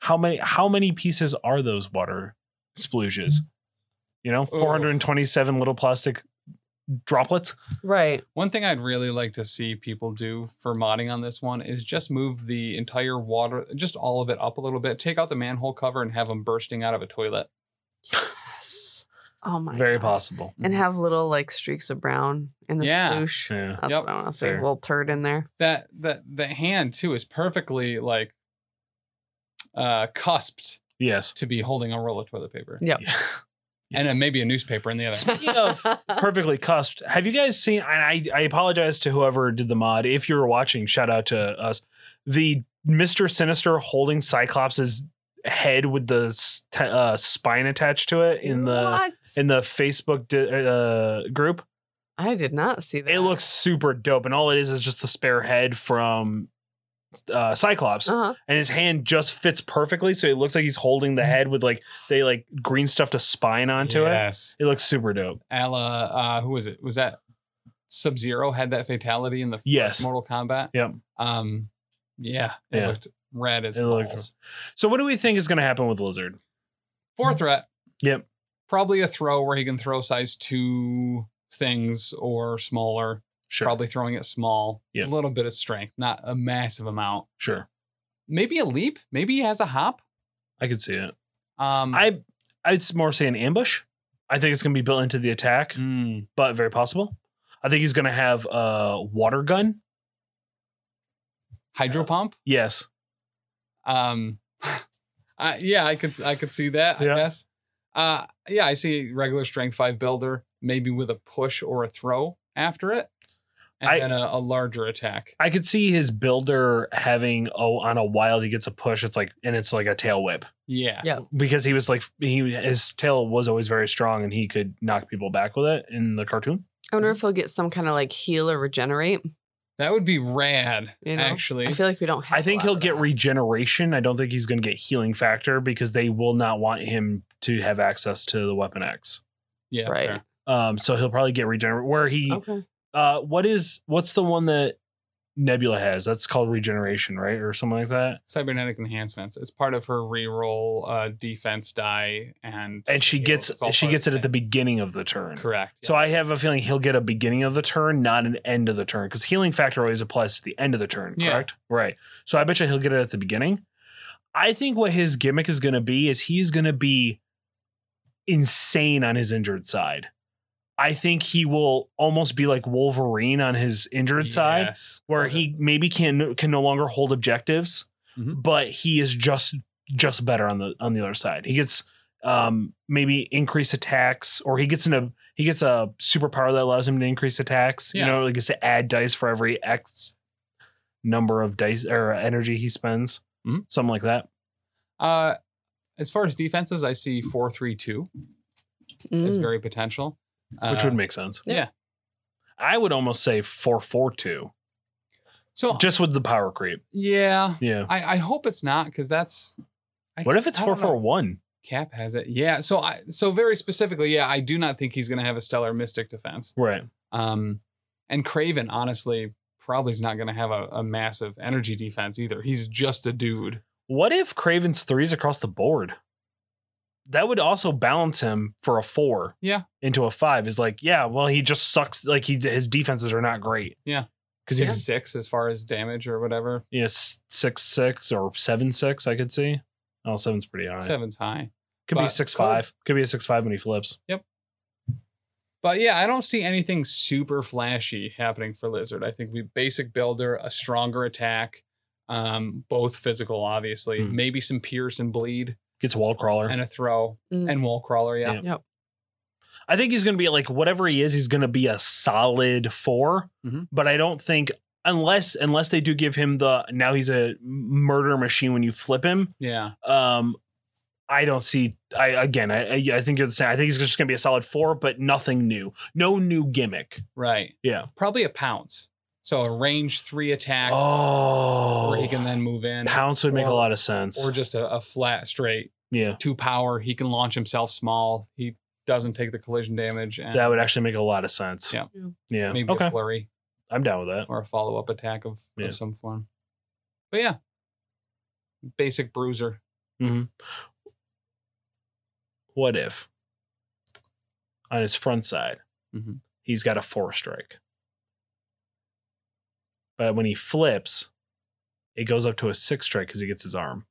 [SPEAKER 1] how many how many pieces are those water splooshes? You know,
[SPEAKER 2] Oh.
[SPEAKER 1] 427 little plastic droplets.
[SPEAKER 3] right.
[SPEAKER 2] One thing I'd really like to see people do for modding on this one is just move the entire water, just all of it up a little bit. Take out the manhole cover and have them bursting out of a toilet.
[SPEAKER 3] Yes. Oh my.
[SPEAKER 1] Very
[SPEAKER 3] gosh.
[SPEAKER 1] possible.
[SPEAKER 3] And have little like streaks of brown in the
[SPEAKER 2] Yeah.
[SPEAKER 3] swoosh.
[SPEAKER 1] Yeah.
[SPEAKER 3] That's
[SPEAKER 2] Yep.
[SPEAKER 3] what I want to say.
[SPEAKER 1] Fair.
[SPEAKER 3] Little turd in there.
[SPEAKER 2] that that the hand too is perfectly like uh cusped
[SPEAKER 1] Yes.
[SPEAKER 2] to be holding a roll of toilet paper.
[SPEAKER 3] Yep.
[SPEAKER 1] Yeah.
[SPEAKER 2] And then maybe a newspaper in the other.
[SPEAKER 1] Speaking of perfectly cusped, have you guys seen? And I, I apologize to whoever did the mod. If you were watching, shout out to us. The Mister Sinister holding Cyclops's head with the st- uh, spine attached to it in the
[SPEAKER 3] What?
[SPEAKER 1] in the Facebook di- uh, group.
[SPEAKER 3] I did not see that.
[SPEAKER 1] It looks super dope, and all it is is just the spare head from uh, Cyclops,
[SPEAKER 3] Uh-huh.
[SPEAKER 1] and his hand just fits perfectly, so it looks like he's holding
[SPEAKER 2] Mm.
[SPEAKER 1] the head with like they like green stuff to spine onto it.
[SPEAKER 2] yes.
[SPEAKER 1] It looks super dope.
[SPEAKER 2] Ala, uh, who was it? Was that Sub Zero had that fatality in the first
[SPEAKER 1] Yes.
[SPEAKER 2] Mortal Kombat?
[SPEAKER 1] Yep.
[SPEAKER 2] Um, yeah, it
[SPEAKER 1] Yeah.
[SPEAKER 2] looked red as
[SPEAKER 1] It looked-
[SPEAKER 2] balls.
[SPEAKER 1] So, what do we think is going to happen with Lizard?
[SPEAKER 2] Four threat.
[SPEAKER 1] Mm-hmm. Yep.
[SPEAKER 2] Probably a throw where he can throw size two things or smaller.
[SPEAKER 1] Sure,
[SPEAKER 2] Probably throwing it small.
[SPEAKER 1] Yeah.
[SPEAKER 2] A little bit of strength, not a massive amount.
[SPEAKER 1] sure,
[SPEAKER 2] Maybe a leap. Maybe he has a hop.
[SPEAKER 1] I could see it.
[SPEAKER 2] Um,
[SPEAKER 1] I I'd more say an ambush. I think it's going to be built into the attack,
[SPEAKER 2] Mm,
[SPEAKER 1] but very possible. I think he's going to have a water gun.
[SPEAKER 2] hydro pump.
[SPEAKER 1] Yes,
[SPEAKER 2] Um, I, yeah, I could I could see that.
[SPEAKER 1] Yeah.
[SPEAKER 2] I guess. Uh, yeah, I see regular strength five builder maybe with a push or a throw after it. and
[SPEAKER 1] I-
[SPEAKER 2] then a, a larger attack.
[SPEAKER 1] I could see his builder having oh on a wild he gets a push. It's like and it's like a tail whip
[SPEAKER 2] Yeah.
[SPEAKER 3] Yeah.
[SPEAKER 1] because he was like he his tail was always very strong and he could knock people back with it in the cartoon.
[SPEAKER 3] I wonder
[SPEAKER 1] Mm.
[SPEAKER 3] if he'll get some kind of like heal or regenerate.
[SPEAKER 2] That would be rad,
[SPEAKER 3] You know,
[SPEAKER 2] actually.
[SPEAKER 3] I feel like we don't have.
[SPEAKER 1] I
[SPEAKER 3] a
[SPEAKER 1] think
[SPEAKER 3] lot
[SPEAKER 1] he'll
[SPEAKER 3] of
[SPEAKER 1] get
[SPEAKER 3] that.
[SPEAKER 1] regeneration. I don't think he's going to get healing factor because they will not want him to have access to the weapon X.
[SPEAKER 2] yeah.
[SPEAKER 3] right.
[SPEAKER 2] fair.
[SPEAKER 1] Um, so he'll probably get regenerate. Where he,
[SPEAKER 3] Okay.
[SPEAKER 1] uh, what is what's the one that Nebula has? That's called regeneration, right, or something like that.
[SPEAKER 2] Cybernetic enhancements. It's part of her reroll uh, defense die, and
[SPEAKER 1] And she gets
[SPEAKER 2] It's all
[SPEAKER 1] she
[SPEAKER 2] part of
[SPEAKER 1] gets it at the beginning of the turn.
[SPEAKER 2] correct.
[SPEAKER 1] So I have a feeling he'll get a beginning of the turn, not an end of the turn, because healing factor always applies to the end of the turn,
[SPEAKER 2] Yeah.
[SPEAKER 1] correct? Right. So I bet you he'll get it at the beginning. I think what his gimmick is going to be is he's going to be insane on his injured side. I think he will almost be like Wolverine on his injured side,
[SPEAKER 2] Yes.
[SPEAKER 1] where he maybe can can no longer hold objectives,
[SPEAKER 2] Mhm.
[SPEAKER 1] but he is just just better on the on the other side. He gets um maybe increase attacks or he gets in a he gets a superpower that allows him to increase attacks.
[SPEAKER 2] Yeah.
[SPEAKER 1] You know, he gets to add dice for every X number of dice or energy he spends.
[SPEAKER 2] Mhm.
[SPEAKER 1] Something like that.
[SPEAKER 2] Uh, as far as defenses, I see four three two is
[SPEAKER 3] Mm.
[SPEAKER 2] very potential,
[SPEAKER 1] Which
[SPEAKER 2] Uh,
[SPEAKER 1] would make sense.
[SPEAKER 2] yeah.
[SPEAKER 1] I would almost say four four two.
[SPEAKER 2] so.
[SPEAKER 1] Just with the power creep.
[SPEAKER 2] yeah,
[SPEAKER 1] Yeah.
[SPEAKER 2] I, I hope it's not because that's. I-
[SPEAKER 1] What if it's
[SPEAKER 2] I don't
[SPEAKER 1] four
[SPEAKER 2] know.
[SPEAKER 1] four one?
[SPEAKER 2] Cap has it. Yeah. So I so very specifically, yeah, I do not think he's going to have a stellar mystic defense.
[SPEAKER 1] Right.
[SPEAKER 2] Um, and Craven, honestly, probably is not going to have a, a massive energy defense either. He's just a dude.
[SPEAKER 1] What if Craven's threes across the board? That would also balance him for a four.
[SPEAKER 2] Yeah.
[SPEAKER 1] Into a five is like, yeah, well, he just sucks. Like he his defenses are not great.
[SPEAKER 2] Yeah.
[SPEAKER 1] Because
[SPEAKER 2] Six
[SPEAKER 1] he's
[SPEAKER 2] six as far as damage or whatever.
[SPEAKER 1] you know, s- six six or seven six, I could see. Oh, seven's pretty high.
[SPEAKER 2] Seven's high.
[SPEAKER 1] could be
[SPEAKER 2] but
[SPEAKER 1] six
[SPEAKER 2] cool.
[SPEAKER 1] five. Could be a six five when he flips.
[SPEAKER 2] But yeah, I don't see anything super flashy happening for Lizard. I think we basic builder, a stronger attack, um, both physical, obviously,
[SPEAKER 1] Hmm.
[SPEAKER 2] maybe some pierce and bleed
[SPEAKER 1] Gets wall crawler.
[SPEAKER 2] and a throw
[SPEAKER 3] Mm.
[SPEAKER 2] and wall crawler. Yeah.
[SPEAKER 1] Yeah.
[SPEAKER 3] Yep.
[SPEAKER 1] I think he's going to be like whatever he is, he's going to be a solid 4
[SPEAKER 2] Mhm.
[SPEAKER 1] But I don't think unless unless they do give him the now he's a murder machine when you flip him.
[SPEAKER 2] Yeah.
[SPEAKER 1] Um, I don't see. I again, I I I think you're the same. I think he's just going to be a solid four, but nothing new. No new gimmick.
[SPEAKER 2] Right.
[SPEAKER 1] Yeah.
[SPEAKER 2] Probably a pounce. So a range three attack
[SPEAKER 1] Oh,
[SPEAKER 2] where he can then move in.
[SPEAKER 1] pounce would make a
[SPEAKER 2] or-
[SPEAKER 1] lot of sense.
[SPEAKER 2] or just a, a flat straight
[SPEAKER 1] yeah,
[SPEAKER 2] two power. He can launch himself small. He doesn't take the collision damage and
[SPEAKER 1] that would actually make a lot of sense.
[SPEAKER 2] Yeah.
[SPEAKER 3] Yeah.
[SPEAKER 1] yeah.
[SPEAKER 2] maybe
[SPEAKER 1] Okay,
[SPEAKER 2] a flurry
[SPEAKER 1] I'm down with that.
[SPEAKER 2] or a follow up attack of,
[SPEAKER 1] Yeah.
[SPEAKER 2] of some form. But yeah, basic bruiser.
[SPEAKER 1] Mm-hmm. What if on his front side
[SPEAKER 2] Mhm.
[SPEAKER 1] he's got a four strike, but when he flips, it goes up to a six strike because he gets his arm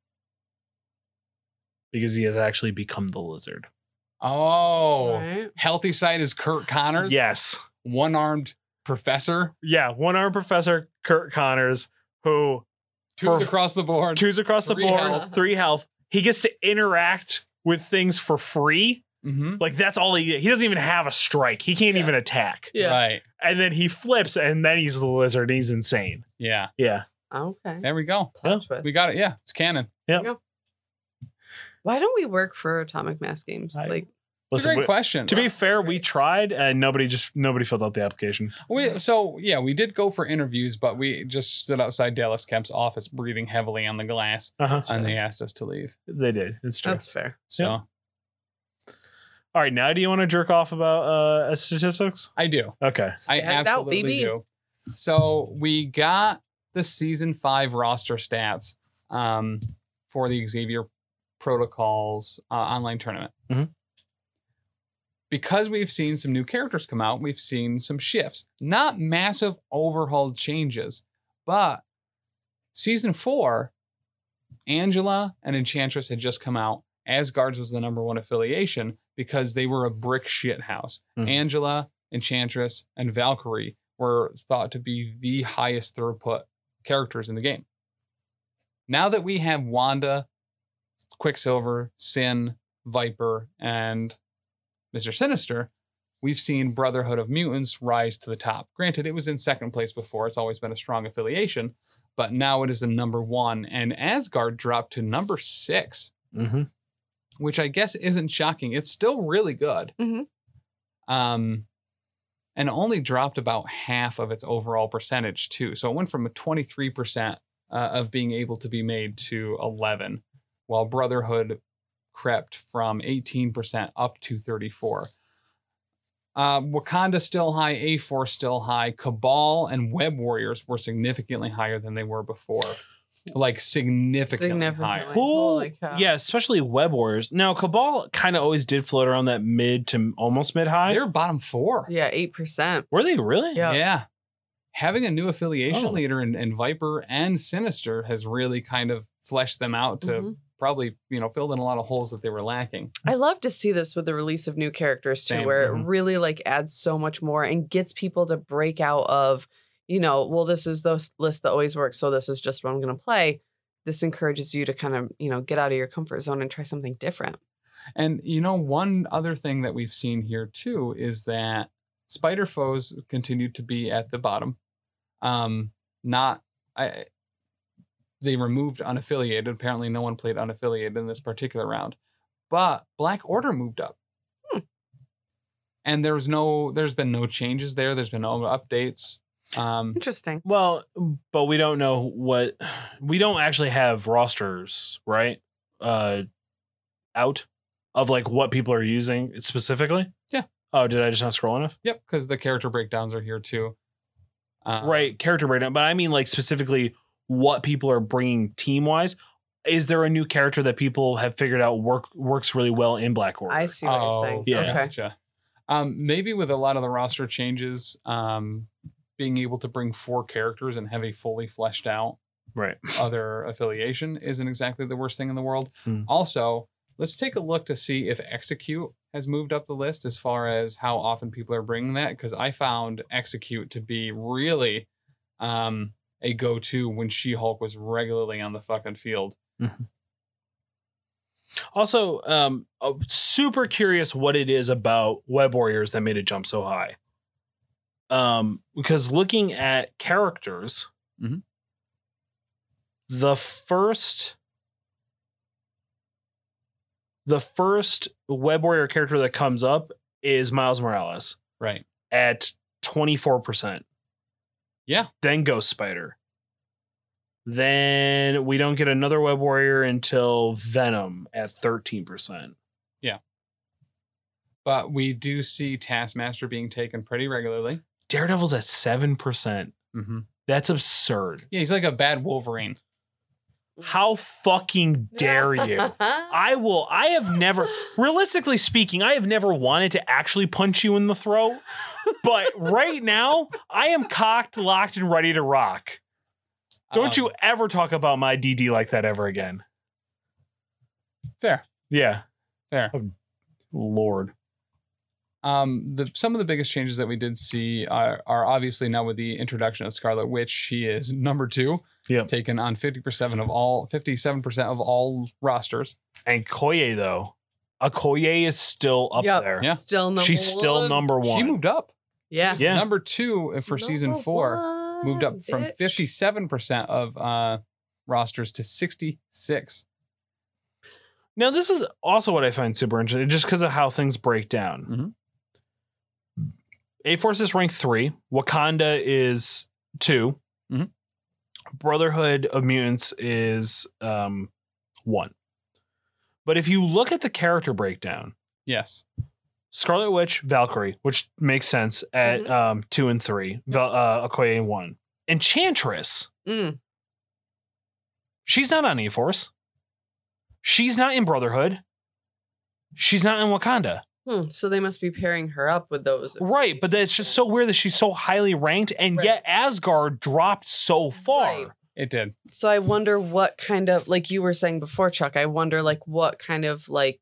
[SPEAKER 1] because he has actually become the lizard.
[SPEAKER 2] Oh,
[SPEAKER 3] Right.
[SPEAKER 2] healthy side is Kurt Connors.
[SPEAKER 1] Yes.
[SPEAKER 2] one armed professor.
[SPEAKER 1] Yeah. One arm professor, Kurt Connors, who
[SPEAKER 2] Two's
[SPEAKER 1] For-
[SPEAKER 2] across the board.
[SPEAKER 1] twos across the
[SPEAKER 2] Three
[SPEAKER 1] board,
[SPEAKER 2] health.
[SPEAKER 1] three health. He gets to interact with things for free.
[SPEAKER 2] Mm-hmm.
[SPEAKER 1] Like that's all he he doesn't even have a strike. He can't
[SPEAKER 3] Yeah.
[SPEAKER 1] even attack.
[SPEAKER 3] Yeah.
[SPEAKER 2] Right.
[SPEAKER 1] And then he flips and then he's the lizard. He's insane.
[SPEAKER 2] Yeah.
[SPEAKER 1] Yeah.
[SPEAKER 3] Okay.
[SPEAKER 2] There we go.
[SPEAKER 3] Plot twist.
[SPEAKER 2] We got it. Yeah. It's canon.
[SPEAKER 3] Why don't we work for Atomic Mass Games?
[SPEAKER 1] I-
[SPEAKER 3] like,
[SPEAKER 2] It's a
[SPEAKER 1] Listen,
[SPEAKER 2] great
[SPEAKER 1] we-
[SPEAKER 2] question.
[SPEAKER 1] to be fair, we tried and nobody just nobody filled out the application.
[SPEAKER 2] We, so yeah, we did go for interviews, but we just stood outside Dallas Kemp's office, breathing heavily on the glass,
[SPEAKER 1] Uh-huh.
[SPEAKER 2] and they asked us to leave.
[SPEAKER 1] They did. It's true.
[SPEAKER 3] that's fair.
[SPEAKER 2] So
[SPEAKER 1] Yeah. all right. Now do you want to jerk off about uh statistics?
[SPEAKER 2] I do.
[SPEAKER 1] Okay.
[SPEAKER 2] I
[SPEAKER 3] Stat it out,
[SPEAKER 2] absolutely
[SPEAKER 3] baby.
[SPEAKER 2] do. So we got the season five roster stats um, for the Xavier Protocols uh, online tournament.
[SPEAKER 1] Mhm.
[SPEAKER 2] Because we've seen some new characters come out, we've seen some shifts. Not massive overhaul changes, but season four, Angela and Enchantress had just come out. Asgard's was the number one affiliation because they were a brick shit house.
[SPEAKER 1] Mhm.
[SPEAKER 2] Angela, Enchantress, and Valkyrie were thought to be the highest throughput characters in the game. Now that we have Wanda, Quicksilver, Sin, Viper, and Mr. Sinister, we've seen Brotherhood of Mutants rise to the top. Granted, it was in second place before, it's always been a strong affiliation, but now it is in number one, and Asgard dropped to number six,
[SPEAKER 4] Mm-hmm.
[SPEAKER 2] which I guess isn't shocking. It's still really good.
[SPEAKER 3] Mhm.
[SPEAKER 2] Um, and only dropped about half of its overall percentage, too. So it went from a 23% uh, of being able to be made to 11, while Brotherhood crept from 18% up to 34. Uh, Wakanda still high, A4 still high, Cabal and Web Warriors were significantly higher than they were before. Like significantly,
[SPEAKER 3] Significantly.
[SPEAKER 2] higher.
[SPEAKER 3] Like, holy cow.
[SPEAKER 1] yeah, especially Web Wars. Now, Cabal kind of always did float around that mid to almost mid high.
[SPEAKER 2] They're bottom four.
[SPEAKER 3] Yeah, eight percent.
[SPEAKER 1] Were they really?
[SPEAKER 3] Yeah.
[SPEAKER 2] Yeah. Having a new affiliation
[SPEAKER 1] Oh.
[SPEAKER 2] leader and, and Viper and Sinister has really kind of fleshed them out
[SPEAKER 3] Mm-hmm.
[SPEAKER 2] to probably, you know, filled in a lot of holes that they were lacking.
[SPEAKER 3] I love to see this with the release of new characters too,
[SPEAKER 2] Same.
[SPEAKER 3] where it
[SPEAKER 1] Mhm.
[SPEAKER 3] really like adds so much more and gets people to break out of, you know, well, this is the s- list that always works, so this is just what I'm gonna play. This encourages you to kind of, you know, get out of your comfort zone and try something different.
[SPEAKER 2] And you know, one other thing that we've seen here too is that spider foes continue to be at the bottom. Um, not I they removed unaffiliated. Apparently no one played unaffiliated in this particular round. But Black Order moved up.
[SPEAKER 3] Hmm.
[SPEAKER 2] And there was no there's been no changes there. There's been no updates. Um
[SPEAKER 3] Interesting.
[SPEAKER 1] Well, but we don't know what we don't actually have rosters, right? Uh out of like what people are using specifically.
[SPEAKER 2] Yeah.
[SPEAKER 1] Oh, did I just not scroll enough?
[SPEAKER 2] yep, because the character breakdowns are here too. Uh,
[SPEAKER 1] right, character breakdown, but I mean like specifically what people are bringing team wise. Is there a new character that people have figured out work works really well in Black Order?
[SPEAKER 3] I see what you're saying.
[SPEAKER 1] Oh, yeah.
[SPEAKER 3] Okay.
[SPEAKER 2] Oh, Gotcha. Um, maybe with a lot of the roster changes, um, being able to bring four characters and have a fully fleshed out
[SPEAKER 1] Right.
[SPEAKER 2] other affiliation isn't exactly the worst thing in the world.
[SPEAKER 1] Hmm.
[SPEAKER 2] Also, let's take a look to see if Execute has moved up the list as far as how often people are bringing that, because I found Execute to be really um, a go to when She Hulk was regularly on the fucking field.
[SPEAKER 1] Also, um uh, super curious what it is about Web Warriors that made it jump so high. Um because looking at characters,
[SPEAKER 2] Mhm.
[SPEAKER 1] the first the first Web Warrior character that comes up is Miles Morales
[SPEAKER 2] Right.
[SPEAKER 1] at 24%.
[SPEAKER 2] Yeah.
[SPEAKER 1] Then Ghost Spider. Then we don't get another Web Warrior until Venom at 13%.
[SPEAKER 2] But we do see Taskmaster being taken pretty regularly.
[SPEAKER 1] Daredevil's at 7%.
[SPEAKER 2] Mm-hmm.
[SPEAKER 1] That's absurd.
[SPEAKER 2] Yeah, he's like a bad Wolverine.
[SPEAKER 1] How fucking dare you? I will. I have never, realistically speaking, I have never wanted to actually punch you in the throat. But right now, I am cocked, locked, and ready to rock. Don't
[SPEAKER 2] Um,
[SPEAKER 1] you ever talk about my DD like that ever again.
[SPEAKER 2] Fair.
[SPEAKER 1] Yeah.
[SPEAKER 2] Fair.
[SPEAKER 1] Oh, Lord.
[SPEAKER 2] Um, the some of the biggest changes that we did see are, are obviously now with the introduction of Scarlet Witch. She is number two,
[SPEAKER 1] Yep.
[SPEAKER 2] taken on fifty percent of all fifty-seven percent of all rosters.
[SPEAKER 1] And Koye, though. Okoye is still up
[SPEAKER 3] Yep.
[SPEAKER 1] there.
[SPEAKER 2] Yeah.
[SPEAKER 3] still number
[SPEAKER 1] She's still
[SPEAKER 3] one.
[SPEAKER 1] number one.
[SPEAKER 2] She moved up.
[SPEAKER 3] Yeah.
[SPEAKER 1] Yeah.
[SPEAKER 2] number two for season
[SPEAKER 3] Number
[SPEAKER 2] four. Moved up
[SPEAKER 3] one,
[SPEAKER 2] from
[SPEAKER 3] bitch.
[SPEAKER 2] fifty-seven percent of uh, rosters to sixty-six.
[SPEAKER 1] Now, this is also what I find super interesting, just because of how things break down.
[SPEAKER 2] Mhm.
[SPEAKER 1] A Force is ranked three. Wakanda is 2
[SPEAKER 2] Mhm.
[SPEAKER 1] Brotherhood of Mutants is um, one. But if you look at the character breakdown,
[SPEAKER 2] Yes,
[SPEAKER 1] Scarlet Witch, Valkyrie, which makes sense at
[SPEAKER 3] Mhm.
[SPEAKER 1] um, two and three, Val- uh, Okoye one, Enchantress.
[SPEAKER 3] Mm,
[SPEAKER 1] She's not on E Force. She's not in Brotherhood. She's not in Wakanda.
[SPEAKER 3] hmm, So they must be pairing her up with those.
[SPEAKER 1] Right, but that's just so weird that she's so highly ranked, and
[SPEAKER 3] Right.
[SPEAKER 1] yet Asgard dropped so far.
[SPEAKER 3] Right.
[SPEAKER 2] it did.
[SPEAKER 3] So I wonder what kind of like you were saying before, Chuck. I wonder like what kind of like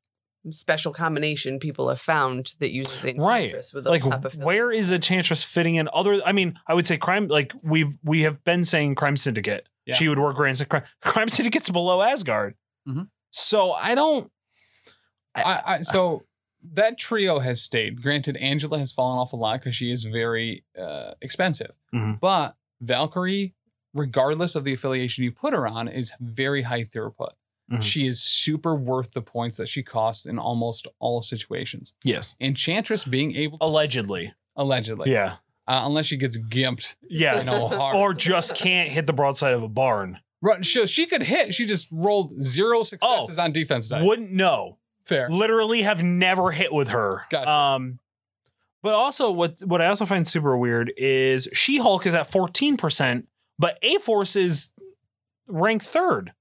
[SPEAKER 3] special combination people have found that uses
[SPEAKER 1] Right.
[SPEAKER 3] Enchantress with those
[SPEAKER 1] Like,
[SPEAKER 3] type of
[SPEAKER 1] where is Enchantress fitting in? Other, I mean, I would say crime. Like we we have been saying, crime syndicate.
[SPEAKER 2] Yeah.
[SPEAKER 1] She would work Grand Crime. Crime syndicate's below Asgard.
[SPEAKER 2] Mhm.
[SPEAKER 1] So I don't.
[SPEAKER 2] I, I so that trio has stayed. Granted, Angela has fallen off a lot because she is very uh, expensive.
[SPEAKER 1] Mhm.
[SPEAKER 2] But Valkyrie, regardless of the affiliation you put her on, is very high throughput.
[SPEAKER 1] Mhm.
[SPEAKER 2] She is super worth the points that she costs in almost all situations.
[SPEAKER 1] Yes.
[SPEAKER 2] Enchantress being able to,
[SPEAKER 1] Allegedly.
[SPEAKER 2] allegedly,
[SPEAKER 1] yeah.
[SPEAKER 2] uh, unless she gets gimped,
[SPEAKER 1] Yeah.
[SPEAKER 2] you know, hard.
[SPEAKER 1] Or just can't hit the broadside of a barn.
[SPEAKER 2] Run, she, she could hit. She just rolled zero
[SPEAKER 1] Oh.
[SPEAKER 2] successes on defense dice.
[SPEAKER 1] Wouldn't know.
[SPEAKER 2] Fair.
[SPEAKER 1] Literally have never hit with her.
[SPEAKER 2] Gotcha.
[SPEAKER 1] Um but also what what I also find super weird is She-Hulk is at 14%, but A-Force is ranked 3rd.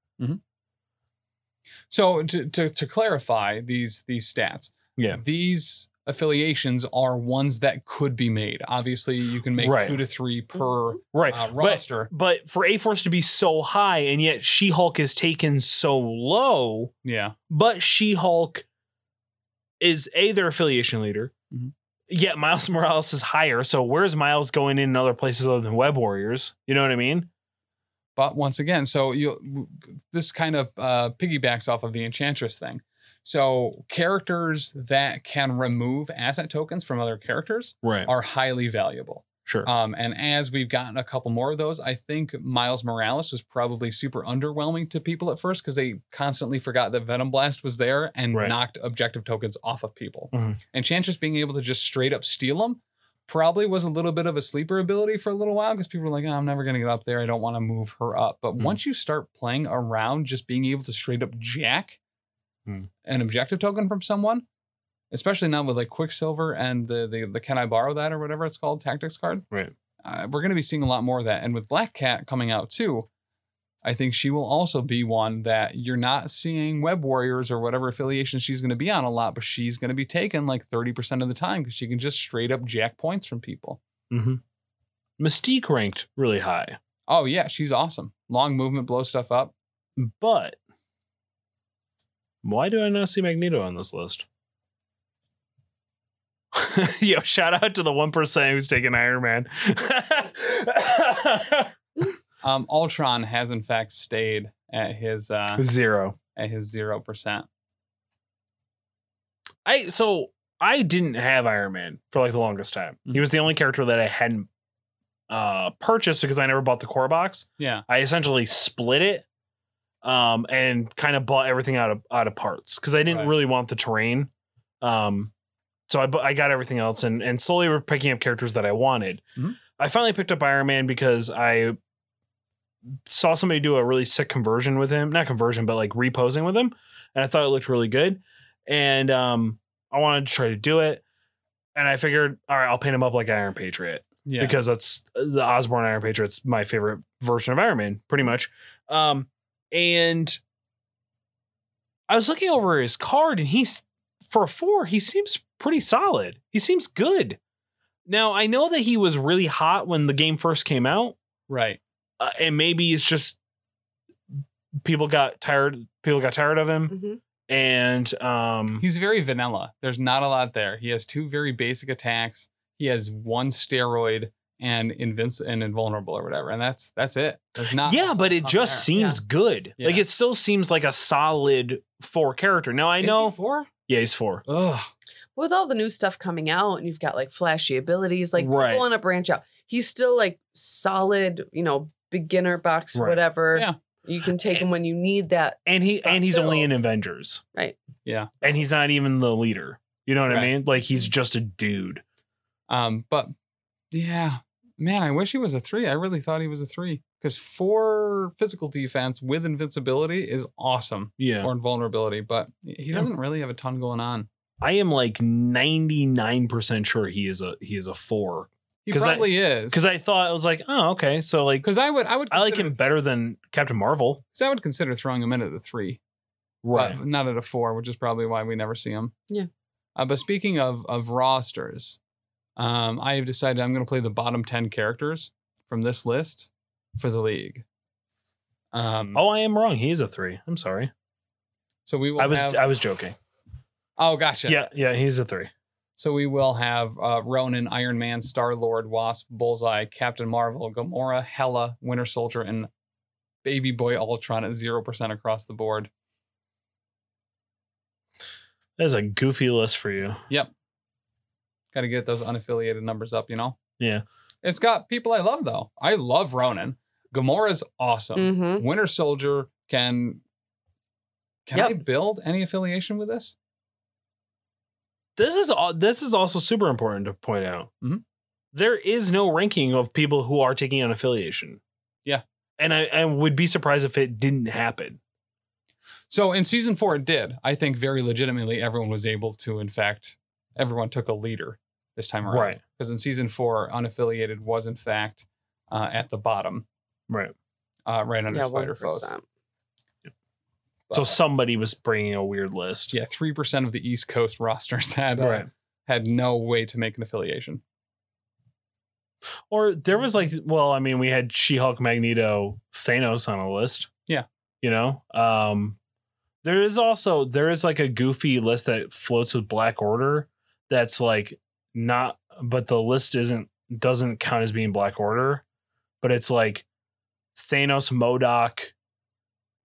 [SPEAKER 2] So to, to to clarify these these stats,
[SPEAKER 1] Yeah.
[SPEAKER 2] these affiliations are ones that could be made. Obviously, you can make
[SPEAKER 1] Right.
[SPEAKER 2] two to three per uh,
[SPEAKER 1] Right. but
[SPEAKER 2] roster.
[SPEAKER 1] but for A Force to be so high and yet She Hulk is taken so low,
[SPEAKER 2] yeah,
[SPEAKER 1] but She Hulk is A, their affiliation leader.
[SPEAKER 2] Mhm.
[SPEAKER 1] Yet Miles Morales is higher. So where's Miles going in other places other than Web Warriors? You know what I mean?
[SPEAKER 2] but once again, so you this kind of uh, piggybacks off of the enchantress thing. So characters that can remove asset tokens from other characters
[SPEAKER 1] Right.
[SPEAKER 2] are highly valuable.
[SPEAKER 1] Sure.
[SPEAKER 2] Um, and as we've gotten a couple more of those, I think Miles Morales was probably super underwhelming to people at first because they constantly forgot that Venom Blast was there and
[SPEAKER 1] Right.
[SPEAKER 2] knocked objective tokens off of people.
[SPEAKER 1] Mhm.
[SPEAKER 2] And Chantress being able to just straight up steal them probably was a little bit of a sleeper ability for a little while because people were like, "Oh, I'm never going to get up there. I don't want to move her up. But
[SPEAKER 1] Mhm.
[SPEAKER 2] once you start playing around just being able to straight up jack
[SPEAKER 1] Mhm.
[SPEAKER 2] an objective token from someone, especially now with like Quicksilver and the, the the Can I borrow that or whatever it's called tactics card.
[SPEAKER 1] Right.
[SPEAKER 2] Uh, we're going to be seeing a lot more of that, and with Black Cat coming out too, I think she will also be one that you're not seeing Web Warriors or whatever affiliation she's going to be on a lot, but she's going to be taken like thirty percent of the time because she can just straight up jack points from people.
[SPEAKER 1] Mm-hmm. Mystique ranked really high,
[SPEAKER 2] Oh yeah, she's awesome. Long movement, blow stuff up.
[SPEAKER 1] but why do I not see Magneto on this list? Yo, shout out to the 1% who's taking Iron Man.
[SPEAKER 2] Um, Ultron has in fact stayed at his uh,
[SPEAKER 1] Zero.
[SPEAKER 2] at his zero percent.
[SPEAKER 1] I so I didn't have Iron Man for like the longest time. He
[SPEAKER 2] Mhm.
[SPEAKER 1] was the only character that I hadn't uh purchased because I never bought the core box.
[SPEAKER 2] Yeah,
[SPEAKER 1] I essentially split it um and kind of bought everything out of out of parts cuz I didn't
[SPEAKER 2] Right.
[SPEAKER 1] really want the terrain. Um so I bu- I got everything else and and slowly were picking up characters that I wanted.
[SPEAKER 2] Mhm.
[SPEAKER 1] I finally picked up Iron Man because I saw somebody do a really sick conversion with him, not conversion but like reposing with him and I thought it looked really good and um I wanted to try to do it. And I figured, all right, I'll paint him up like Iron Patriot
[SPEAKER 2] yeah.
[SPEAKER 1] because that's uh, the Osborne Iron Patriot's my favorite version of Iron Man, pretty much. Um, and I was looking over his card, and he's for a four, he seems pretty solid. He seems good. Now I know that he was really hot when the game first came out,
[SPEAKER 2] right.
[SPEAKER 1] uh, and maybe it's just people got tired. People got tired of him,
[SPEAKER 3] hmm
[SPEAKER 1] and um,
[SPEAKER 2] He's very vanilla. There's not a lot there. He has two very basic attacks. He has one steroid and invinci- and invulnerable or whatever, and that's that's it. There's not.
[SPEAKER 1] yeah, but it
[SPEAKER 2] not
[SPEAKER 1] just
[SPEAKER 2] there.
[SPEAKER 1] seems good.
[SPEAKER 2] Yeah.
[SPEAKER 1] Like it still seems like a solid four character. Now I
[SPEAKER 2] Is he
[SPEAKER 1] know,
[SPEAKER 2] four.
[SPEAKER 1] yeah, he's four.
[SPEAKER 2] Ugh.
[SPEAKER 3] With all the new stuff coming out, and you've got like flashy abilities, like
[SPEAKER 1] Right.
[SPEAKER 3] people want to branch out. He's still like solid, you know, beginner box,
[SPEAKER 1] Right.
[SPEAKER 3] whatever.
[SPEAKER 2] Yeah.
[SPEAKER 3] You can take him when you need that.
[SPEAKER 1] and he
[SPEAKER 3] Scott
[SPEAKER 1] and he's only in
[SPEAKER 3] Phillips.
[SPEAKER 1] Avengers,
[SPEAKER 2] Yeah.
[SPEAKER 1] and he's not even the leader. You know what I
[SPEAKER 2] Right.
[SPEAKER 1] mean? Like he's just a dude.
[SPEAKER 2] Um. But yeah, man, I wish he was a three. I really thought he was a three because four physical defense with invincibility is awesome
[SPEAKER 1] Yeah,
[SPEAKER 2] or invulnerability, but he doesn't really have a ton going on.
[SPEAKER 1] I am like ninety nine percent sure he is a he is a four
[SPEAKER 2] He
[SPEAKER 1] 'Cause I-
[SPEAKER 2] probably is.
[SPEAKER 1] because I thought I was like, oh okay, so like
[SPEAKER 2] Because I would, I would,
[SPEAKER 1] I like
[SPEAKER 2] consider-
[SPEAKER 1] him better than Captain Marvel,
[SPEAKER 2] 'cause I would consider throwing him in at the three.
[SPEAKER 1] right?
[SPEAKER 2] but not at a four, which is probably why we never see him.
[SPEAKER 3] Yeah.
[SPEAKER 2] Uh, but speaking of of rosters, um, I have decided I'm going to play the bottom ten characters from this list for the league. Um,
[SPEAKER 1] Oh, I am wrong. He is a three. I'm sorry.
[SPEAKER 2] so we will
[SPEAKER 1] I was
[SPEAKER 2] have.
[SPEAKER 1] I was joking.
[SPEAKER 2] oh, gotcha.
[SPEAKER 1] Yeah, yeah, he's a three.
[SPEAKER 2] So we will have uh, Ronan, Iron Man, Star Lord, Wasp, Bullseye, Captain Marvel, Gamora, Hela, Winter Soldier, and Baby Boy Ultron at zero percent across the board.
[SPEAKER 1] That is a goofy list for you.
[SPEAKER 2] Got to get those unaffiliated numbers up, you know?
[SPEAKER 1] Yeah.
[SPEAKER 2] It's got people I love, though. I love Ronan. Gamora's
[SPEAKER 1] Um,
[SPEAKER 2] awesome.
[SPEAKER 3] Mm-hmm.
[SPEAKER 2] Winter Soldier can. Can
[SPEAKER 3] Yep.
[SPEAKER 2] I build any affiliation with this?
[SPEAKER 1] This is al- this is also super important to point out.
[SPEAKER 2] Mhm.
[SPEAKER 1] There is no ranking of people who are taking on affiliation.
[SPEAKER 2] Yeah.
[SPEAKER 1] and I, I would be surprised if it didn't happen.
[SPEAKER 2] So in season four, it did. I think very legitimately, everyone was able to, in fact, everyone took a leader this time around.
[SPEAKER 1] Right.
[SPEAKER 2] Because in season four, unaffiliated was, in fact, uh, at the bottom,
[SPEAKER 1] Right.
[SPEAKER 2] uh, right under
[SPEAKER 3] Yeah,
[SPEAKER 2] Spider
[SPEAKER 3] one
[SPEAKER 2] Foes.
[SPEAKER 3] percent.
[SPEAKER 1] So
[SPEAKER 2] But-
[SPEAKER 1] somebody was bringing a weird list.
[SPEAKER 2] yeah, three percent of the East Coast rosters had uh,
[SPEAKER 1] Right.
[SPEAKER 2] had no way to make an affiliation.
[SPEAKER 1] Or there was like, well, I mean, we had She Hulk, Magneto, Thanos on a list.
[SPEAKER 2] Yeah.
[SPEAKER 1] You know, um, there is also there is like a goofy list that floats with Black Order. That's like not, but the list isn't doesn't count as being Black Order, but it's like Thanos, Modoc,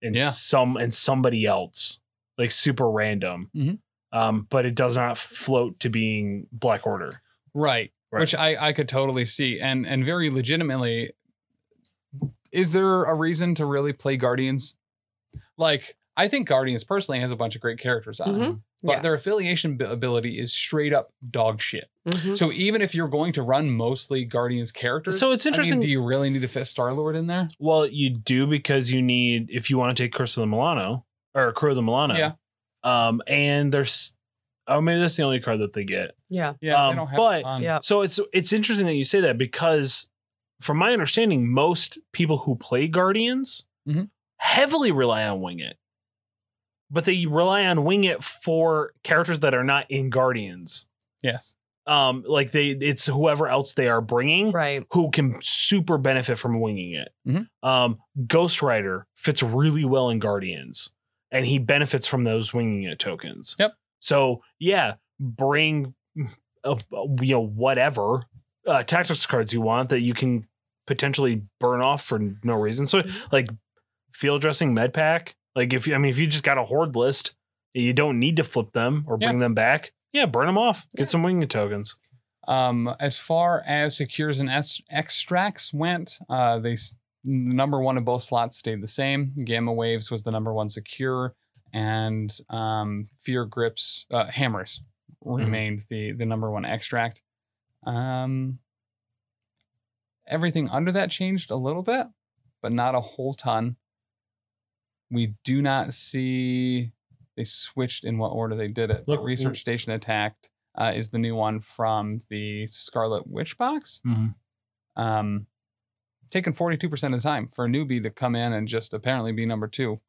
[SPEAKER 1] and
[SPEAKER 2] Yeah.
[SPEAKER 1] some and somebody else, like super random.
[SPEAKER 2] Mhm.
[SPEAKER 1] Um, but it does not float to being Black Order.
[SPEAKER 2] Right.
[SPEAKER 1] Right.
[SPEAKER 2] Which I, I could totally see. And and very legitimately, is there a reason to really play Guardians? Like, I think Guardians personally has a bunch of great characters
[SPEAKER 1] Mm-hmm.
[SPEAKER 2] on it.
[SPEAKER 3] Mhm.
[SPEAKER 2] But their affiliation b- ability is straight up dog shit.
[SPEAKER 3] hmm
[SPEAKER 2] So even if you're going to run mostly Guardians characters,
[SPEAKER 1] Mm-hmm. So it's
[SPEAKER 2] I mean,
[SPEAKER 1] interesting.
[SPEAKER 2] do you really need to fit Star Lord in there?
[SPEAKER 1] Well, you do because you need if you want to take Curse of the Milano or Crew of the Milano.
[SPEAKER 2] Yeah.
[SPEAKER 1] Um, and there's oh maybe that's the only card that they get.
[SPEAKER 3] Yeah.
[SPEAKER 2] Yeah,
[SPEAKER 1] Um,
[SPEAKER 2] they don't have
[SPEAKER 1] but-
[SPEAKER 2] a ton.
[SPEAKER 3] Yeah.
[SPEAKER 1] So it's it's interesting that you say that because from my understanding, most people who play Guardians
[SPEAKER 2] Mhm.
[SPEAKER 1] heavily rely on Wing It. But they rely on Wing It for characters that are not in Guardians.
[SPEAKER 2] Yes.
[SPEAKER 1] Um, like they it's whoever else they are bringing
[SPEAKER 3] Right.
[SPEAKER 1] who can super benefit from winging it.
[SPEAKER 2] Mhm.
[SPEAKER 1] Um, Ghost Rider fits really well in Guardians, and he benefits from those winging it tokens.
[SPEAKER 2] Yep.
[SPEAKER 1] So yeah, bring uh, you know whatever uh, tactics cards you want that you can potentially burn off for no reason. So
[SPEAKER 2] Mm-hmm.
[SPEAKER 1] like field dressing med pack. Like if you, I mean, if you just got a horde list, you don't need to flip them or
[SPEAKER 2] Yeah.
[SPEAKER 1] bring them back. Yeah, burn them off. Get
[SPEAKER 3] Yeah.
[SPEAKER 1] some winging it tokens.
[SPEAKER 2] Um, as far as secures and es- extracts went, uh, they s- the number one in both slots stayed the same. Gamma waves was the number one secure, and um, fear grips uh, hammers
[SPEAKER 1] Mm-hmm.
[SPEAKER 2] remained the the number one extract. Um, everything under that changed a little bit, but not a whole ton. We do not see they switched in what order they did it.
[SPEAKER 1] Look,
[SPEAKER 2] But research station attacked uh, is the new one from the Scarlet Witch box.
[SPEAKER 1] Mhm.
[SPEAKER 2] Um, taking 42% of the time for a newbie to come in and just apparently be number two.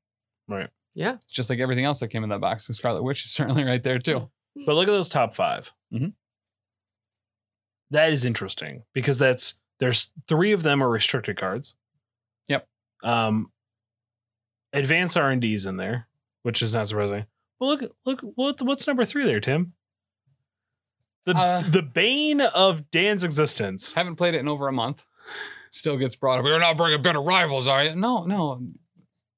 [SPEAKER 1] Right.
[SPEAKER 3] Yeah.
[SPEAKER 2] It's just like everything else that came in that box. The Scarlet Witch is certainly right there too.
[SPEAKER 1] But look at those top 5
[SPEAKER 2] Mhm.
[SPEAKER 1] That is interesting because that's there's three of them are restricted cards.
[SPEAKER 2] Yep.
[SPEAKER 1] Um, advanced R and D's in there, which is not surprising. Well, look, look, what what's number three there, Tim? The
[SPEAKER 2] Uh,
[SPEAKER 1] the bane of Dan's existence.
[SPEAKER 2] Haven't played it in over a month. Still gets brought up. You're not bringing better rivals, are you? No, no,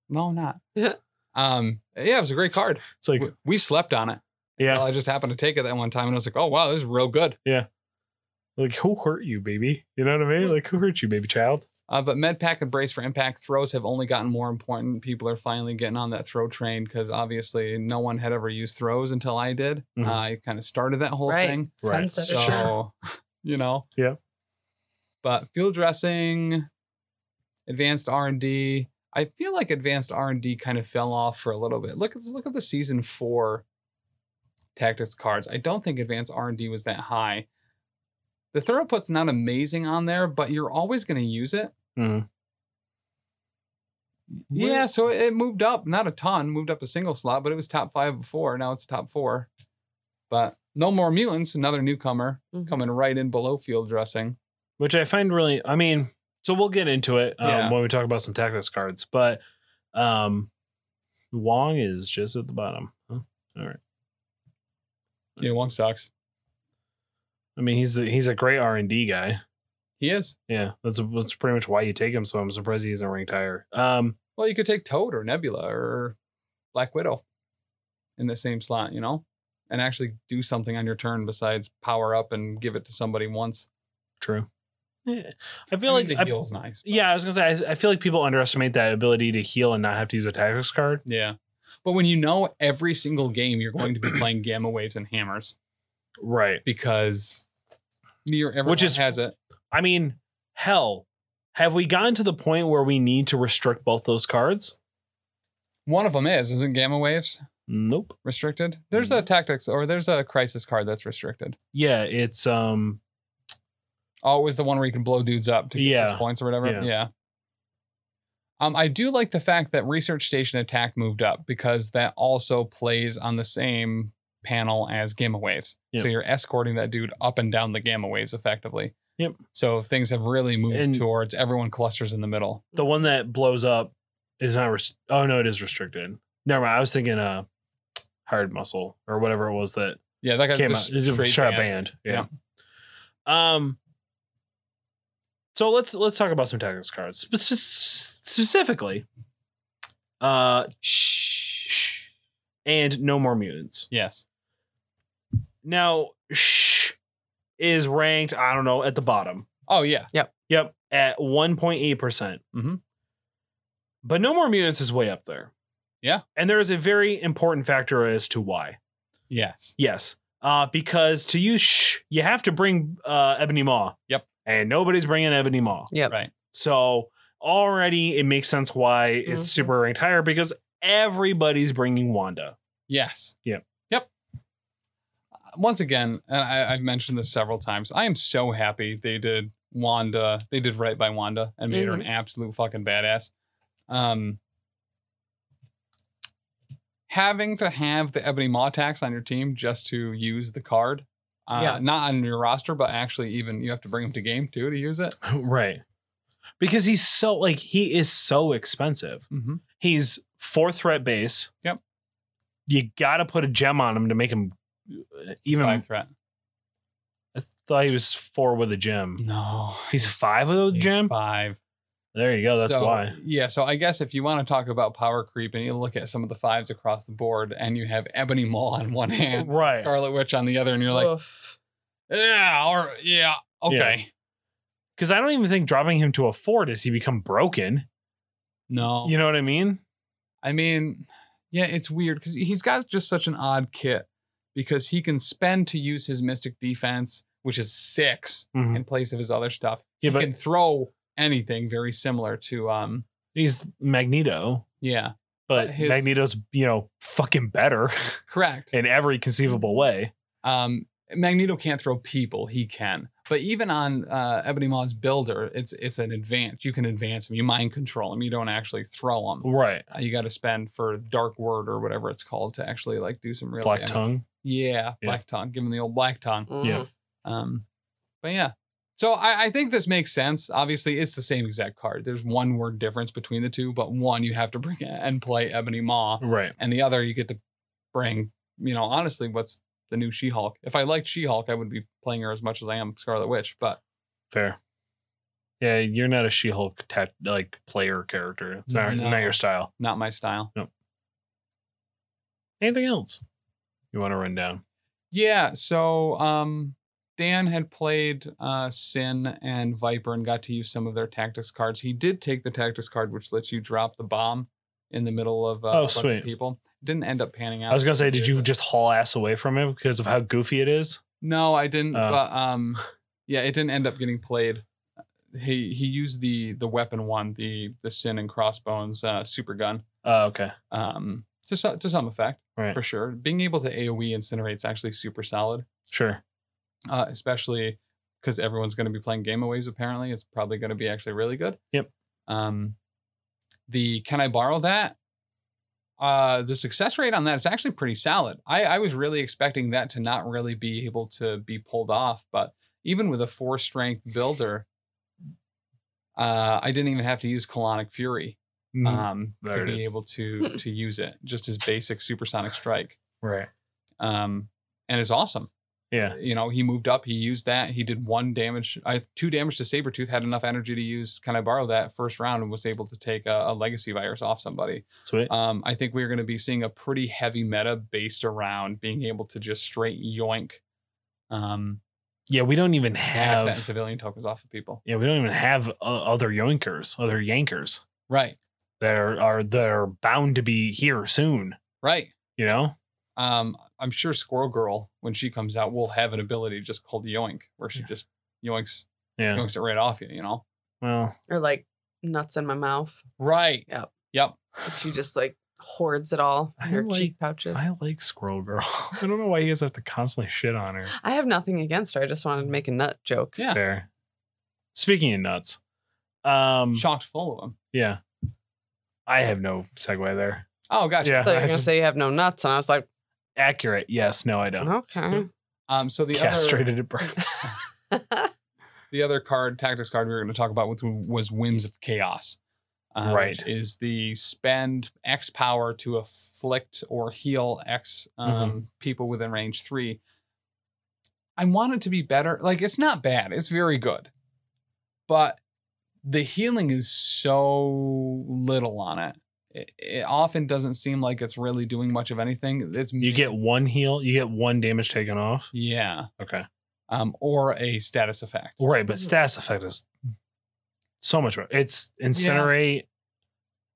[SPEAKER 2] no, I'm not.
[SPEAKER 3] Yeah.
[SPEAKER 2] Um, yeah, it was a great card.
[SPEAKER 1] It's like
[SPEAKER 2] We, we slept on it.
[SPEAKER 1] yeah,
[SPEAKER 2] I just happened to take it that one time and I was like, oh, wow, this is real good.
[SPEAKER 1] like who hurt you, baby? You know what I mean? Like who hurt you, baby child?
[SPEAKER 2] Uh, but MedPack and Brace for Impact throws have only gotten more important. People are finally getting on that throw train because obviously no one had ever used throws until I did.
[SPEAKER 1] Mhm.
[SPEAKER 2] Uh, I kind of started that whole
[SPEAKER 3] Right.
[SPEAKER 2] thing.
[SPEAKER 1] Right.
[SPEAKER 3] Concept.
[SPEAKER 2] So, you know.
[SPEAKER 1] Yeah.
[SPEAKER 2] But field dressing, advanced R and D. I feel like advanced R and D kind of fell off for a little bit. Look at look at the season four tactics cards. I don't think advanced R and D was that high. The throughput's not amazing on there, but you're always going to use it.
[SPEAKER 1] Mhm.
[SPEAKER 2] Yeah, so it moved up, not a ton, moved up a single slot, but it was top five before. Now it's top four. But no more mutants, another newcomer
[SPEAKER 3] Mhm.
[SPEAKER 2] coming right in below field dressing.
[SPEAKER 1] which I find really. I mean, so we'll get into it um,
[SPEAKER 2] Yeah.
[SPEAKER 1] when we talk about some tactics cards, but um, Wong is just at the bottom. Huh?
[SPEAKER 2] Yeah, Wong sucks.
[SPEAKER 1] I mean, he's a, he's a great R and D guy.
[SPEAKER 2] He is.
[SPEAKER 1] Yeah, that's that's pretty much why you take him. So I'm surprised he isn't ranked higher. Um,
[SPEAKER 2] Well, you could take Toad or Nebula or Black Widow in the same slot, you know? and actually do something on your turn besides power up and give it to somebody once.
[SPEAKER 1] True. Yeah. I feel
[SPEAKER 2] I
[SPEAKER 1] like
[SPEAKER 2] mean, the
[SPEAKER 1] I-
[SPEAKER 2] heal's nice. but-
[SPEAKER 1] yeah, I was gonna say I, I feel like people underestimate that ability to heal and not have to use a tactics card.
[SPEAKER 2] Yeah. But when you know every single game you're going to be playing gamma waves and hammers
[SPEAKER 1] Right.
[SPEAKER 2] because near everyone
[SPEAKER 1] Which is-
[SPEAKER 2] has it.
[SPEAKER 1] I mean, hell, have we gotten to the point where we need to restrict both those cards?
[SPEAKER 2] One of them is isn't gamma waves
[SPEAKER 1] Nope.
[SPEAKER 2] restricted. There's a tactics or there's a crisis card that's restricted.
[SPEAKER 1] Yeah, it's um
[SPEAKER 2] Always the one where you can blow dudes up to get
[SPEAKER 1] Yeah.
[SPEAKER 2] six points or whatever.
[SPEAKER 1] Yeah.
[SPEAKER 2] Yeah. Um, I do like the fact that Research Station Attack moved up because that also plays on the same panel as gamma waves.
[SPEAKER 1] Yep.
[SPEAKER 2] So you're escorting that dude up and down the gamma waves effectively.
[SPEAKER 1] Yep.
[SPEAKER 2] So things have really moved
[SPEAKER 1] And-
[SPEAKER 2] towards everyone clusters in the middle.
[SPEAKER 1] the one that blows up is not rest- oh no, it is restricted. Never mind. I was thinking uh hard muscle or whatever it was that
[SPEAKER 2] Yeah, that got
[SPEAKER 1] came out.
[SPEAKER 2] just
[SPEAKER 1] It just
[SPEAKER 2] straight
[SPEAKER 1] shot
[SPEAKER 2] banned.
[SPEAKER 1] banned. Yeah. Um so let's let's talk about some tactics cards. Spe- spe- specifically uh shh and no more mutants.
[SPEAKER 2] Yes.
[SPEAKER 1] Now, Shh is ranked, I don't know, at the bottom.
[SPEAKER 2] Oh yeah.
[SPEAKER 1] Yep, at 1.8%. percent
[SPEAKER 2] Mhm.
[SPEAKER 1] But No More Mutants is way up there.
[SPEAKER 2] Yeah.
[SPEAKER 1] And there is a very important factor as to why.
[SPEAKER 2] Yes.
[SPEAKER 1] Yes. Uh, because to use Shh, you have to bring uh, Ebony Maw.
[SPEAKER 2] Yep.
[SPEAKER 1] And nobody's bringing Ebony Maw.
[SPEAKER 3] Yep.
[SPEAKER 2] Right.
[SPEAKER 1] So already it makes sense why it's
[SPEAKER 3] Mhm.
[SPEAKER 1] super ranked higher because everybody's bringing Wanda.
[SPEAKER 2] Yes.
[SPEAKER 1] Yep.
[SPEAKER 2] Yep. Uh, Once again, and I, I've mentioned this several times, I am so happy they did Wanda. They did right by Wanda and made her an absolute fucking badass. Um, having to have the Ebony Maw tax on your team just to use the card, uh,
[SPEAKER 3] Yeah.
[SPEAKER 2] not on your roster, but actually even you have to bring him to game too to use it.
[SPEAKER 1] right. Because he's so like he is so expensive.
[SPEAKER 2] Mm-hmm.
[SPEAKER 1] He's four threat base.
[SPEAKER 2] Yep.
[SPEAKER 1] You got to put a gem on him to make him uh, even.
[SPEAKER 2] Five threat.
[SPEAKER 1] I thought he was four with a gem.
[SPEAKER 2] No,
[SPEAKER 1] He's five with a
[SPEAKER 2] He's
[SPEAKER 1] gem.
[SPEAKER 2] Five.
[SPEAKER 1] There you go. That's
[SPEAKER 2] So,
[SPEAKER 1] why.
[SPEAKER 2] Yeah. So I guess if you want to talk about power creep and you look at some of the fives across the board and you have Ebony Maw on one hand,
[SPEAKER 1] Right.
[SPEAKER 2] Scarlet Witch on the other, and you're like,
[SPEAKER 3] Oof.
[SPEAKER 2] yeah, or yeah, okay.
[SPEAKER 1] Because I don't even think dropping him to a four does he become broken.
[SPEAKER 2] No.
[SPEAKER 1] You know what I mean?
[SPEAKER 2] I mean, yeah, it's weird because he's got just such an odd kit because he can spend to use his Mystic Defense, which is 6
[SPEAKER 1] Mhm.
[SPEAKER 2] in place of his other stuff.
[SPEAKER 1] Yeah,
[SPEAKER 2] He
[SPEAKER 1] but
[SPEAKER 2] can throw anything very similar to, um,
[SPEAKER 1] he's Magneto.
[SPEAKER 2] yeah,
[SPEAKER 1] But
[SPEAKER 2] But his-
[SPEAKER 1] Magneto's, you know, fucking better
[SPEAKER 2] correct.
[SPEAKER 1] in every conceivable way.
[SPEAKER 2] um, Magneto can't throw people; he can. But even on uh, Ebony Maw's builder, it's it's an advance. You can advance him. You mind control him. You don't actually throw him.
[SPEAKER 1] Right.
[SPEAKER 2] Uh, you got to spend for Dark Word or whatever it's called to actually like do some real
[SPEAKER 1] Black
[SPEAKER 2] damage.
[SPEAKER 1] tongue.
[SPEAKER 2] Yeah,
[SPEAKER 1] Yeah.
[SPEAKER 2] black tongue. Give him the old black tongue.
[SPEAKER 3] Mm.
[SPEAKER 1] Yeah.
[SPEAKER 2] Um, but yeah. So I, I think this makes sense. Obviously, it's the same exact card. There's one word difference between the two, but one you have to bring and play Ebony Maw
[SPEAKER 1] Right.
[SPEAKER 2] and the other you get to bring you know honestly what's the new she-hulk if i liked she-hulk i would be playing her as much as i am scarlet witch but
[SPEAKER 1] Fair. Yeah, you're not a She-Hulk tat- like player character. It's not,
[SPEAKER 2] No.
[SPEAKER 1] not your style.
[SPEAKER 2] not my style
[SPEAKER 1] Anything else you want to run down?
[SPEAKER 2] yeah so um dan had played uh sin and viper and got to use some of their tactics cards he did take the tactics card which lets you drop the bomb in the middle of
[SPEAKER 1] Oh,
[SPEAKER 2] uh, a bunch
[SPEAKER 1] sweet.
[SPEAKER 2] of people didn't end up panning out
[SPEAKER 1] I was gonna say, did you just haul ass away from it because of how goofy it is?
[SPEAKER 2] No, I didn't.
[SPEAKER 1] Oh.
[SPEAKER 2] But um, yeah, it didn't end up getting played. He he used the the weapon one, the the sin and crossbones uh, super gun,
[SPEAKER 1] Oh, okay.
[SPEAKER 2] um, to so, to some effect
[SPEAKER 1] Right.
[SPEAKER 2] for sure. Being able to AOE incinerate is actually super solid,
[SPEAKER 1] Sure.
[SPEAKER 2] uh, especially because everyone's going to be playing Gamma Waves. Apparently, it's probably going to be actually really good.
[SPEAKER 1] Yep.
[SPEAKER 2] Um, the can I borrow that? Uh, the success rate on that is actually pretty solid. I, I was really expecting that to not really be able to be pulled off, but even with a four strength builder, uh, I didn't even have to use Colonic Fury
[SPEAKER 1] Mm. Mm-hmm.
[SPEAKER 2] um,
[SPEAKER 1] There
[SPEAKER 2] to
[SPEAKER 1] it
[SPEAKER 2] be
[SPEAKER 1] is.
[SPEAKER 2] able to to use it. Just as basic supersonic strike
[SPEAKER 1] right.
[SPEAKER 2] um, and it's awesome.
[SPEAKER 1] Yeah.
[SPEAKER 2] You know, he moved up. He used that. He did one damage, uh, two damage to Sabretooth, had enough energy to use. Can I borrow that first round and was able to take a, a legacy virus off somebody?
[SPEAKER 1] Sweet.
[SPEAKER 2] Um, I think we're going to be seeing a pretty heavy meta based around being able to just straight yoink um,
[SPEAKER 1] Yeah, we don't even
[SPEAKER 2] asset and
[SPEAKER 1] have.
[SPEAKER 2] civilian tokens off of people.
[SPEAKER 1] Yeah, we don't even have uh, other yoinkers, other yankers
[SPEAKER 2] Right.
[SPEAKER 1] that are, are that are bound to be here soon.
[SPEAKER 2] Right.
[SPEAKER 1] You know,
[SPEAKER 2] Um, I'm sure Squirrel Girl, when she comes out, will have an ability just called Yoink, where she just yoinks,
[SPEAKER 1] Yeah.
[SPEAKER 2] yoinks it right off you, you know?
[SPEAKER 1] well,
[SPEAKER 3] Or like nuts in my mouth.
[SPEAKER 2] Right.
[SPEAKER 3] Yep.
[SPEAKER 2] Yep.
[SPEAKER 3] And She just like hoards it all
[SPEAKER 1] I
[SPEAKER 3] in her
[SPEAKER 1] like-
[SPEAKER 3] cheek pouches.
[SPEAKER 1] I
[SPEAKER 3] I,
[SPEAKER 1] like Squirrel Girl. I don't know why you guys have to constantly shit on her.
[SPEAKER 3] have nothing against her. I just wanted to make a nut joke.
[SPEAKER 2] Yeah.
[SPEAKER 1] Fair. Speaking of nuts, um,
[SPEAKER 2] Shocked full of them.
[SPEAKER 1] yeah, I have no segue there.
[SPEAKER 2] Oh, gotcha.
[SPEAKER 1] Yeah,
[SPEAKER 3] So you're
[SPEAKER 1] I
[SPEAKER 3] gonna
[SPEAKER 1] just-
[SPEAKER 3] say you have no nuts, and I was like,
[SPEAKER 1] accurate. Yes, no, I don't.
[SPEAKER 3] okay.
[SPEAKER 2] Um, so the other,
[SPEAKER 1] Castrated at birth.
[SPEAKER 2] the other card, tactics card we were going to talk about with, was Whims of Chaos. uh,
[SPEAKER 1] Right.
[SPEAKER 2] which Is the spend X power to afflict or heal X um,
[SPEAKER 1] Mm-hmm.
[SPEAKER 2] people within range three. I want it to be better. Like, it's not bad, it's very good. But the healing is so little on it. It, it often doesn't seem like it's really doing much of anything. It's
[SPEAKER 1] You get one heal. You get one damage taken off.
[SPEAKER 2] yeah,
[SPEAKER 1] Okay.
[SPEAKER 2] um, or a status effect.
[SPEAKER 1] Right, but
[SPEAKER 2] Mm-hmm.
[SPEAKER 1] status effect is so much better. It's incinerate,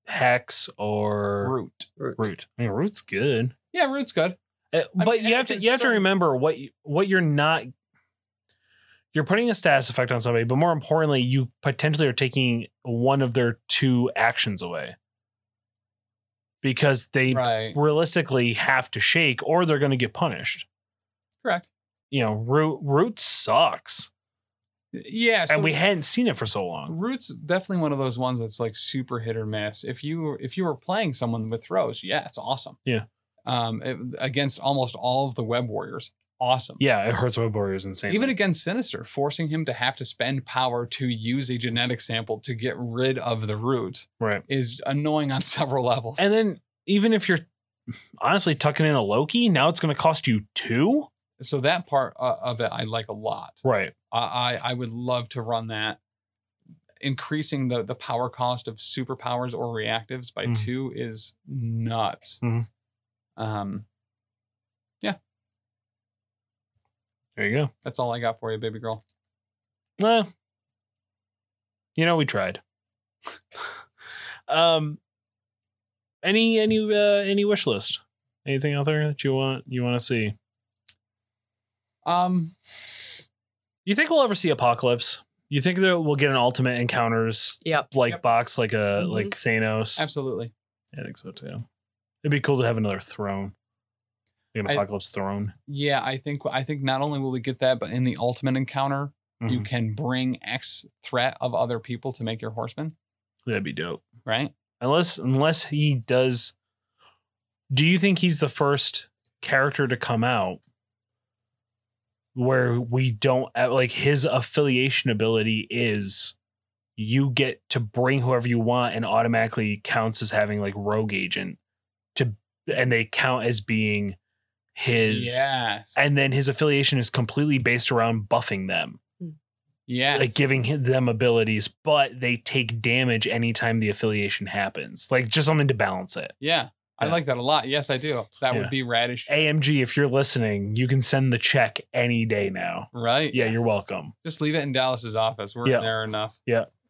[SPEAKER 1] hex, or root.
[SPEAKER 2] root.
[SPEAKER 1] I mean, root's good,
[SPEAKER 2] Yeah, root's good.
[SPEAKER 1] Uh, but
[SPEAKER 2] mean,
[SPEAKER 1] you have
[SPEAKER 2] hex
[SPEAKER 1] to
[SPEAKER 2] is
[SPEAKER 1] you have
[SPEAKER 2] so-
[SPEAKER 1] to remember what you, what you're not. You're putting a status effect on somebody, but more importantly, you potentially are taking one of their two actions away because they
[SPEAKER 2] Right.
[SPEAKER 1] realistically have to shake, or they're going to get punished.
[SPEAKER 2] Correct.
[SPEAKER 1] You know, root root sucks,
[SPEAKER 2] Yeah. So
[SPEAKER 1] and we hadn't seen it for so long.
[SPEAKER 2] root's definitely one of those ones that's like super hit or miss. If you if you were playing someone with throws, yeah, it's awesome.
[SPEAKER 1] Yeah.
[SPEAKER 2] Um, it- against almost all of the web warriors, awesome.
[SPEAKER 1] Yeah, it hurts web warriors insane.
[SPEAKER 2] Even against Sinister, forcing him to have to spend power to use a genetic sample to get rid of the root
[SPEAKER 1] Right.
[SPEAKER 2] is annoying on several levels.
[SPEAKER 1] And then even if you're honestly tucking in a Loki, now it's going to cost you two.
[SPEAKER 2] so that part uh, of it I like a lot.
[SPEAKER 1] Right.
[SPEAKER 2] I I I would love to run that. Increasing the the power cost of superpowers or reactives by
[SPEAKER 1] Mhm.
[SPEAKER 2] two is nuts.
[SPEAKER 1] Mhm.
[SPEAKER 2] Um,
[SPEAKER 1] There you go.
[SPEAKER 2] that's all I got for you, baby girl.
[SPEAKER 1] Well, you know we tried. um, any any uh, any wish list? Anything out there that you want you want to see?
[SPEAKER 2] Um,
[SPEAKER 1] You think we'll ever see Apocalypse? You think that we'll get an Ultimate Encounters
[SPEAKER 3] Yep.
[SPEAKER 1] like
[SPEAKER 2] Yep. Mm-hmm.
[SPEAKER 1] box like a
[SPEAKER 3] Mhm.
[SPEAKER 1] like Thanos?
[SPEAKER 2] absolutely.
[SPEAKER 1] I think so too. It'd be cool to have another throne, like an
[SPEAKER 2] I-
[SPEAKER 1] Apocalypse throne.
[SPEAKER 2] Yeah, I think I think not only will we get that, but in the ultimate encounter, you
[SPEAKER 1] Mhm.
[SPEAKER 2] can bring X threat of other people to make your horseman,
[SPEAKER 1] That'd be dope.
[SPEAKER 2] right?
[SPEAKER 1] unless unless he does do you think he's the first character to come out where we don't uh, like his affiliation ability is you get to bring whoever you want and automatically counts as having like rogue agent to and they count as being his
[SPEAKER 2] yes.
[SPEAKER 1] and then his affiliation is completely based around buffing them
[SPEAKER 2] yes.
[SPEAKER 1] like giving hi- them abilities, but they take damage anytime the affiliation happens. Like just something to balance it.
[SPEAKER 2] yeah. I
[SPEAKER 1] Yeah.
[SPEAKER 2] like that a lot. Yes, I do. That
[SPEAKER 1] Yeah.
[SPEAKER 2] would be radish.
[SPEAKER 1] AMG, if you're listening, you can send the check any day now.
[SPEAKER 2] Right.
[SPEAKER 1] Yeah, you're
[SPEAKER 3] Yes.
[SPEAKER 1] welcome.
[SPEAKER 2] Just leave it in Dallas's office. We're
[SPEAKER 1] Yeah.
[SPEAKER 2] in there enough.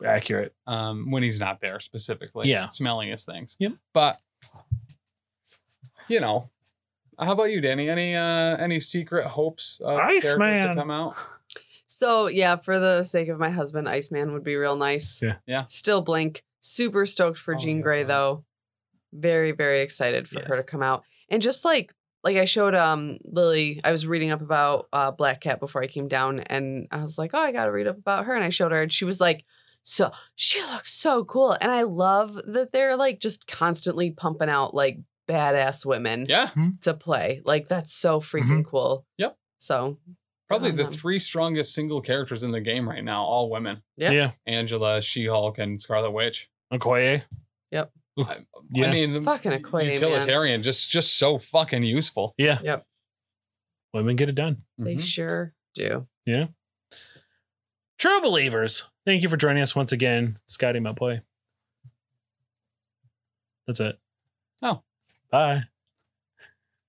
[SPEAKER 1] Accurate.
[SPEAKER 2] um, when he's not there specifically.
[SPEAKER 1] Yeah.
[SPEAKER 2] Smelling his things.
[SPEAKER 1] Yep.
[SPEAKER 2] But you know, how about you, Danny? Any uh any secret hopes of
[SPEAKER 1] Ice
[SPEAKER 2] characters
[SPEAKER 1] Man.
[SPEAKER 2] to come out?
[SPEAKER 3] So yeah, for the sake of my husband, Iceman would be real nice.
[SPEAKER 1] Yeah.
[SPEAKER 2] Yeah.
[SPEAKER 3] Still blink. Super stoked for
[SPEAKER 2] Oh,
[SPEAKER 3] Jean
[SPEAKER 2] yeah.
[SPEAKER 3] Grey though. Very, very excited for her
[SPEAKER 1] Yes.
[SPEAKER 3] to come out. And just like like I showed um Lily, I was reading up about uh Black Cat before I came down and I was like, Oh, I gotta read up about her. And I showed her and she was like, so she looks so cool. And I love that they're like just constantly pumping out like badass women
[SPEAKER 2] Yeah. Mm-hmm.
[SPEAKER 3] to play. Like that's so freaking cool.
[SPEAKER 2] Yep.
[SPEAKER 3] So
[SPEAKER 2] Probably the
[SPEAKER 3] Um,
[SPEAKER 2] three strongest single characters in the game right now, all women.
[SPEAKER 3] Yeah.
[SPEAKER 1] Yeah.
[SPEAKER 2] Angela, She-Hulk, and Scarlet Witch.
[SPEAKER 1] Okoye.
[SPEAKER 3] Yep.
[SPEAKER 1] Oof.
[SPEAKER 2] I,
[SPEAKER 1] Yeah.
[SPEAKER 2] I mean, the
[SPEAKER 3] Fucking Okoye, man.
[SPEAKER 2] utilitarian, just just so fucking useful.
[SPEAKER 1] Yeah.
[SPEAKER 3] Yep.
[SPEAKER 1] Women get it done.
[SPEAKER 3] They
[SPEAKER 2] Mhm.
[SPEAKER 3] sure do.
[SPEAKER 1] True believers, thank you for joining us once again. Scotty, my boy. That's it.
[SPEAKER 2] Oh.
[SPEAKER 1] Bye.